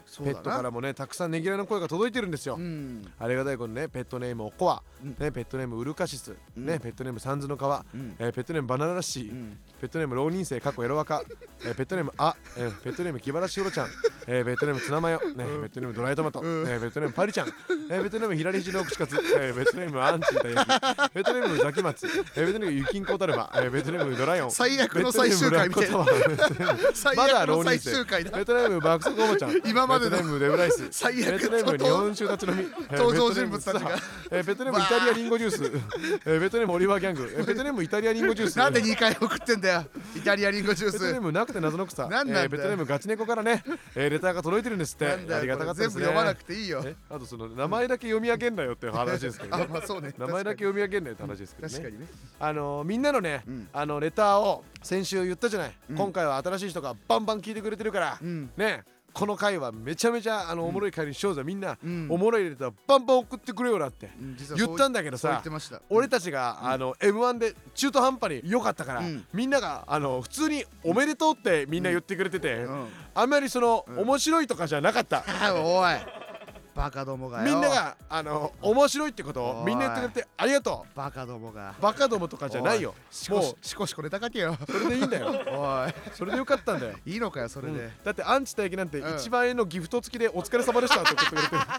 [SPEAKER 2] そ
[SPEAKER 1] ペ
[SPEAKER 2] う
[SPEAKER 1] ッ
[SPEAKER 2] だ
[SPEAKER 1] トか
[SPEAKER 2] な。
[SPEAKER 1] らもねたくさんねぎらいの声が届いてるんですよ、
[SPEAKER 2] うん。
[SPEAKER 1] ありがたいことにねペットネームおこわ、
[SPEAKER 2] うん
[SPEAKER 1] ね、ペットネームウルカシス、
[SPEAKER 2] うん
[SPEAKER 1] ね、ペットネームサンズの川、
[SPEAKER 2] うん。
[SPEAKER 1] えーペットネームバナナラッシー、
[SPEAKER 2] うん。
[SPEAKER 1] ペットネーム浪人生かっこエロワカ、えーペットネームあ、えーペットネーム木原しおろちゃん、えーペットネームツナマヨ、ね、ペットネームドライトマト、
[SPEAKER 2] ん
[SPEAKER 1] えーペットネームパリちゃん、えーペットネーム左肘の串カツ、えーペットネームアンチンたい焼き、ペットネームザキマツ、えーペットネームユキンコタルバ、えーペットネームドライオン、
[SPEAKER 2] 最悪の最終回みたいな。
[SPEAKER 1] ペットネームブラックタワー
[SPEAKER 2] 最
[SPEAKER 1] まだ
[SPEAKER 2] 悪
[SPEAKER 1] 浪
[SPEAKER 2] の
[SPEAKER 1] 人
[SPEAKER 2] 最
[SPEAKER 1] 生
[SPEAKER 2] 終回
[SPEAKER 1] ペ
[SPEAKER 2] だ。
[SPEAKER 1] ットネーム爆速おばちゃん、
[SPEAKER 2] 今まで
[SPEAKER 1] ペ
[SPEAKER 2] の
[SPEAKER 1] ットネームレブライス、
[SPEAKER 2] 最
[SPEAKER 1] ペ
[SPEAKER 2] 悪
[SPEAKER 1] ットネーム日
[SPEAKER 2] の
[SPEAKER 1] 本酒立ち飲み、えー
[SPEAKER 2] 登場人物たちが。
[SPEAKER 1] ペットネームスターえーペットネームイタリアリンゴジュース、えーペットネームオリバーギャング、えーペットネームイタリアリンゴジュース、
[SPEAKER 2] なんで2回送ってんだよ。イタリアリンゴジュー
[SPEAKER 1] ペットネー
[SPEAKER 2] ス。
[SPEAKER 1] ムなくて謎の草
[SPEAKER 2] なんなんだよ
[SPEAKER 1] えーペットネームガチ猫からね、えーレターが届いてるんですって
[SPEAKER 2] なん
[SPEAKER 1] あ
[SPEAKER 2] だ
[SPEAKER 1] り
[SPEAKER 2] よ
[SPEAKER 1] がた
[SPEAKER 2] こ
[SPEAKER 1] か
[SPEAKER 2] れ
[SPEAKER 1] ったで
[SPEAKER 2] 全
[SPEAKER 1] す
[SPEAKER 2] 部
[SPEAKER 1] ね
[SPEAKER 2] 読まなくていいよ。
[SPEAKER 1] えあとその名前だけ読み上げんなよっていう話ですけど
[SPEAKER 2] あ、
[SPEAKER 1] ね
[SPEAKER 2] まあそうね。
[SPEAKER 1] 名前だけ読み上げんなよって話ですけど
[SPEAKER 2] 確か
[SPEAKER 1] ね
[SPEAKER 2] にね。
[SPEAKER 1] あのーみんなのね、
[SPEAKER 2] うん
[SPEAKER 1] あのレターを先週言ったじゃない、
[SPEAKER 2] うん
[SPEAKER 1] 今回は新しい人がバンバン聞いてくれてるから、
[SPEAKER 2] うん。
[SPEAKER 1] ねこの回はめちゃめちゃあのおもろい回にしようぜ、みんな、
[SPEAKER 2] うん
[SPEAKER 1] おもろいレターバンバン送ってくれよなって
[SPEAKER 2] うん実はそう
[SPEAKER 1] 言ったんだけど
[SPEAKER 2] そう言
[SPEAKER 1] さ
[SPEAKER 2] ってました。
[SPEAKER 1] 俺たちが、あの M1 で中途半端に良かったから、
[SPEAKER 2] うん
[SPEAKER 1] みんながあの普通におめでとうってみんな言ってくれてて、
[SPEAKER 2] うん。
[SPEAKER 1] あんまりその、
[SPEAKER 2] うん
[SPEAKER 1] 面白いとかじゃなかった。
[SPEAKER 2] あおい。バカどもが
[SPEAKER 1] み
[SPEAKER 2] よ。
[SPEAKER 1] んな。があの面白いってこと
[SPEAKER 2] お
[SPEAKER 1] を
[SPEAKER 2] い
[SPEAKER 1] みんな言ってくれてありがと
[SPEAKER 2] バカどもが
[SPEAKER 1] う。バカどもとかじゃないよも
[SPEAKER 2] も
[SPEAKER 1] う
[SPEAKER 2] うしこしこネタ書けよ。
[SPEAKER 1] それでいいんだよ
[SPEAKER 2] おい。
[SPEAKER 1] それでよかったんだよ
[SPEAKER 2] いいのかよそれ
[SPEAKER 1] う
[SPEAKER 2] で
[SPEAKER 1] ん、だってアンチ大義なんて
[SPEAKER 2] うん
[SPEAKER 1] 1万円のギフト付きでお疲れ様でしたって送ってくれ てるあ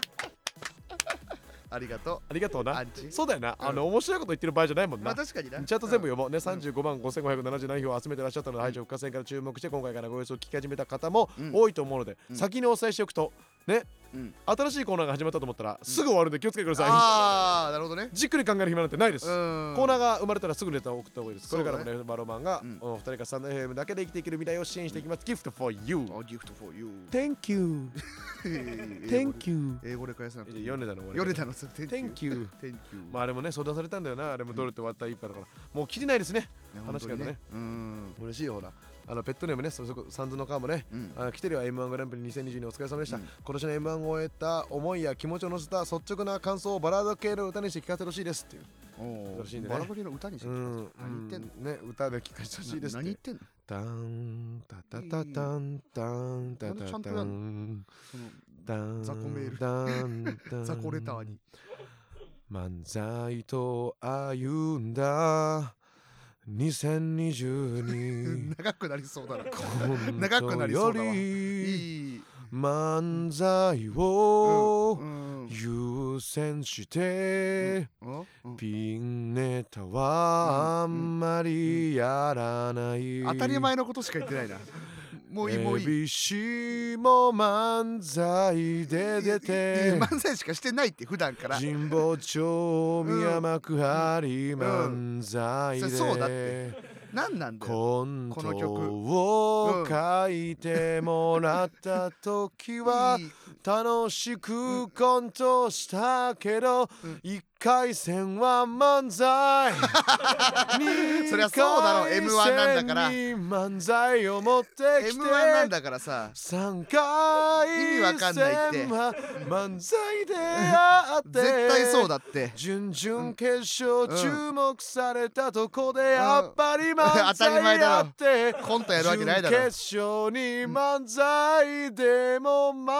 [SPEAKER 2] ありがと
[SPEAKER 1] りがとう
[SPEAKER 2] う
[SPEAKER 1] な
[SPEAKER 2] アンチ
[SPEAKER 1] そうだよなあの面白いこと言ってる場合じゃないもん
[SPEAKER 2] ま
[SPEAKER 1] な
[SPEAKER 2] あ確かにな
[SPEAKER 1] ちゃんと全部読もうね、35万5577票を集めてらっしゃったので、排除不可戦から注目して今回からご様子を聞き始めた方も
[SPEAKER 2] うん
[SPEAKER 1] 多いと思うので、
[SPEAKER 2] うん
[SPEAKER 1] 先にお伝えしておくとね、
[SPEAKER 2] うん
[SPEAKER 1] 新しいコーナーが始まったと思ったら、すぐ終わるんで気をつけてくださ
[SPEAKER 2] ああなるほどね
[SPEAKER 1] いじっくり考える暇なんてないで
[SPEAKER 2] う
[SPEAKER 1] す、
[SPEAKER 2] ん
[SPEAKER 1] コーナ
[SPEAKER 2] ー
[SPEAKER 1] ーが生まれたらすぐネタを送った方がいいですこれからも
[SPEAKER 2] そ
[SPEAKER 1] ねバロマンが、
[SPEAKER 2] うん
[SPEAKER 1] お二人がスタンド FM だけで生きていける未来を支援していきます、Gift for you
[SPEAKER 2] ギフト for you
[SPEAKER 1] Thank you
[SPEAKER 2] 天
[SPEAKER 1] Thank you
[SPEAKER 2] 英語で返さなくていい
[SPEAKER 1] ヨネダの終わり
[SPEAKER 2] ヨネダのそれ
[SPEAKER 1] Thank you
[SPEAKER 2] Thank you
[SPEAKER 1] まああれもね相談されたんだよなあれもドルって終わった一杯だからもう切りないですね
[SPEAKER 2] ね
[SPEAKER 1] 話し
[SPEAKER 2] 本
[SPEAKER 1] 方
[SPEAKER 2] 当に
[SPEAKER 1] ね
[SPEAKER 2] うん
[SPEAKER 1] 嬉しいよほらあのペットネームねそれそこサンズの川もね
[SPEAKER 2] うん
[SPEAKER 1] あ来てるよ m 1グランプリ2022お疲れ様でした、
[SPEAKER 2] うん
[SPEAKER 1] 今年の m 1を終えた思いや気持ちを乗せた率直な感想をバラード系の歌にして聞かせてほしいですっていう
[SPEAKER 2] お
[SPEAKER 1] 楽しいん
[SPEAKER 2] ー
[SPEAKER 1] でね
[SPEAKER 2] バラバリの歌にして
[SPEAKER 1] う
[SPEAKER 2] きます
[SPEAKER 1] ん
[SPEAKER 2] 何言ってんの
[SPEAKER 1] うんね歌で聞かせてほしいです
[SPEAKER 2] な
[SPEAKER 1] っ
[SPEAKER 2] 何言っててんの
[SPEAKER 1] タンタタタタンタンタ
[SPEAKER 2] なんでち
[SPEAKER 1] タ
[SPEAKER 2] ゃんと
[SPEAKER 1] タ
[SPEAKER 2] やん
[SPEAKER 1] ン
[SPEAKER 2] その
[SPEAKER 1] タン
[SPEAKER 2] 雑魚メール
[SPEAKER 1] ー
[SPEAKER 2] 雑魚レターに
[SPEAKER 1] 漫才と歩んだ2022
[SPEAKER 2] 長くなりそうだな
[SPEAKER 1] 長
[SPEAKER 2] 長くなりそうだわ
[SPEAKER 1] よ
[SPEAKER 2] い
[SPEAKER 1] り
[SPEAKER 2] い
[SPEAKER 1] 漫才
[SPEAKER 2] うん
[SPEAKER 1] を
[SPEAKER 2] うん
[SPEAKER 1] 優先して
[SPEAKER 2] おうん
[SPEAKER 1] ピンネタはあんまりやらない
[SPEAKER 2] 当たり前のことしか言ってないなもういいもういい
[SPEAKER 1] ABC も漫才で出
[SPEAKER 2] いや
[SPEAKER 1] て
[SPEAKER 2] 漫才しかしてないって普段から
[SPEAKER 1] 神保町宮幕張漫才
[SPEAKER 2] うんそうだっ
[SPEAKER 1] で
[SPEAKER 2] 何なんだよ
[SPEAKER 1] コント
[SPEAKER 2] この曲
[SPEAKER 1] を書いてもらった時はい
[SPEAKER 2] い
[SPEAKER 1] 楽しくコントしたけど
[SPEAKER 2] うん
[SPEAKER 1] 一回戦は漫才
[SPEAKER 2] そりゃそうだろ M1 なんだか
[SPEAKER 1] 二回
[SPEAKER 2] ら
[SPEAKER 1] 戦に漫才を持ってきて
[SPEAKER 2] M1 なんだからさ
[SPEAKER 1] 三回
[SPEAKER 2] 意味わかんないって
[SPEAKER 1] 戦は漫才であって
[SPEAKER 2] 絶対そうだって
[SPEAKER 1] 準々決勝
[SPEAKER 2] うん
[SPEAKER 1] 注目されたとこでやっぱり
[SPEAKER 2] うん
[SPEAKER 1] 漫
[SPEAKER 2] 当たり前
[SPEAKER 1] 才
[SPEAKER 2] だろ
[SPEAKER 1] やって
[SPEAKER 2] コントやるわけないだろ
[SPEAKER 1] 準決勝に漫才でも負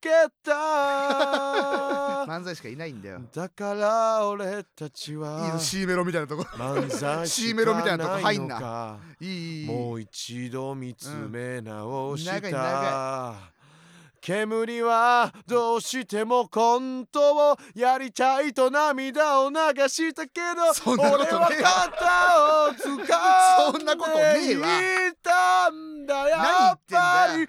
[SPEAKER 1] け た
[SPEAKER 2] 漫才しかいないんだよ
[SPEAKER 1] だから俺たち
[SPEAKER 2] いい
[SPEAKER 1] は
[SPEAKER 2] の C メロみたいなとこ
[SPEAKER 1] 漫才
[SPEAKER 2] C
[SPEAKER 1] し
[SPEAKER 2] メロみ
[SPEAKER 1] か
[SPEAKER 2] たいなとこ
[SPEAKER 1] な
[SPEAKER 2] 入
[SPEAKER 1] い
[SPEAKER 2] ん
[SPEAKER 1] の
[SPEAKER 2] な
[SPEAKER 1] か
[SPEAKER 2] いいいい
[SPEAKER 1] もう一度見つめ直し
[SPEAKER 2] うん長い
[SPEAKER 1] た、煙はどうしてもコントをやりたいと涙を流したけど
[SPEAKER 2] そんなことね
[SPEAKER 1] 俺
[SPEAKER 2] えわ
[SPEAKER 1] は肩をつか
[SPEAKER 2] そんなことね
[SPEAKER 1] んで
[SPEAKER 2] え
[SPEAKER 1] い
[SPEAKER 2] わ
[SPEAKER 1] たんだや
[SPEAKER 2] 何言
[SPEAKER 1] っ
[SPEAKER 2] ってんだ
[SPEAKER 1] ぱり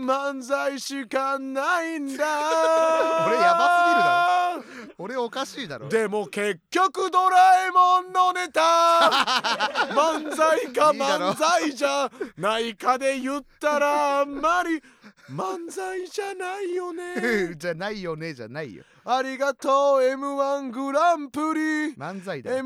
[SPEAKER 1] 漫才しかないんだ
[SPEAKER 2] 俺やば
[SPEAKER 1] すぎるだろ
[SPEAKER 2] 俺おかしいだろ
[SPEAKER 1] でも結局ドラえもんのネタ 漫才か
[SPEAKER 2] いいだろ
[SPEAKER 1] 漫才じゃないかで言ったらあんまり漫才じゃないよね
[SPEAKER 2] じゃないよねじゃないよ
[SPEAKER 1] ありがとう m 1グランプリ
[SPEAKER 2] 漫才だよ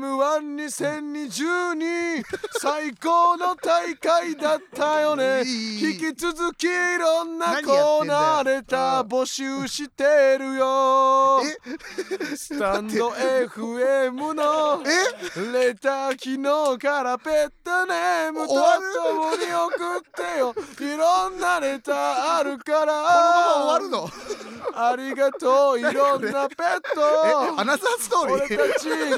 [SPEAKER 1] M12022 最高の大会だったよね
[SPEAKER 2] いい
[SPEAKER 1] 引き続きいろんな
[SPEAKER 2] 何やってんだよ
[SPEAKER 1] コーナーレター
[SPEAKER 2] うん
[SPEAKER 1] 募集してるよ スタンド FM のレター機能からペットネームと
[SPEAKER 2] 終わる
[SPEAKER 1] ともに送ってよいろんなレターあるから
[SPEAKER 2] このまま終わるの
[SPEAKER 1] ありがとういろんなペッ
[SPEAKER 2] え
[SPEAKER 1] ト
[SPEAKER 2] アナザーストーリ
[SPEAKER 1] 俺
[SPEAKER 2] ー
[SPEAKER 1] たちのペッ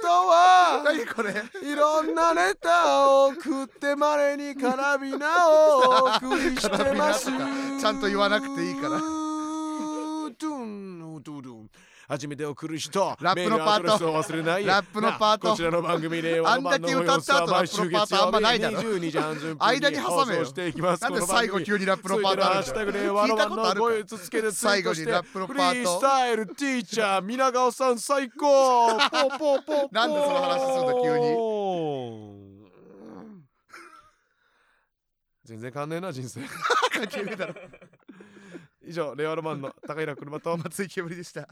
[SPEAKER 1] トは
[SPEAKER 2] 何これ
[SPEAKER 1] いろんなレターを送ってまれにカラビナをお送りしてます
[SPEAKER 2] カラビナとかちゃんと言わなくていいから
[SPEAKER 1] ドゥンドゥドゥン初めて送る人
[SPEAKER 2] ラップのパート
[SPEAKER 1] メールアドレスを忘れない
[SPEAKER 2] ラップのパート
[SPEAKER 1] なこちらの番組令和の
[SPEAKER 2] あ
[SPEAKER 1] 版
[SPEAKER 2] ん
[SPEAKER 1] の
[SPEAKER 2] だけ歌った
[SPEAKER 1] 放
[SPEAKER 2] 後
[SPEAKER 1] 送は毎週
[SPEAKER 2] ラップのパー
[SPEAKER 1] 月
[SPEAKER 2] トあんまないだろ
[SPEAKER 1] 曜日22時半分
[SPEAKER 2] 間に挟めよ
[SPEAKER 1] 放送していきます
[SPEAKER 2] なんで
[SPEAKER 1] この番
[SPEAKER 2] 最
[SPEAKER 1] 組
[SPEAKER 2] 後急にラップのパート
[SPEAKER 1] ハ
[SPEAKER 2] あ
[SPEAKER 1] ッ
[SPEAKER 2] る
[SPEAKER 1] シ
[SPEAKER 2] の
[SPEAKER 1] ュタグ令和の
[SPEAKER 2] 聞いた
[SPEAKER 1] 版
[SPEAKER 2] こと
[SPEAKER 1] の
[SPEAKER 2] あるか
[SPEAKER 1] 声つつけでツイートして
[SPEAKER 2] 最後にラップのパート
[SPEAKER 1] フリースタイルティーチャー皆川さん最高ポーポーポーポー
[SPEAKER 2] なんでその話すんだ急
[SPEAKER 1] に全然関連な人生
[SPEAKER 2] 関係ねえだろ
[SPEAKER 1] 以上令和ロマンの高平車と
[SPEAKER 2] 松井けぶりでした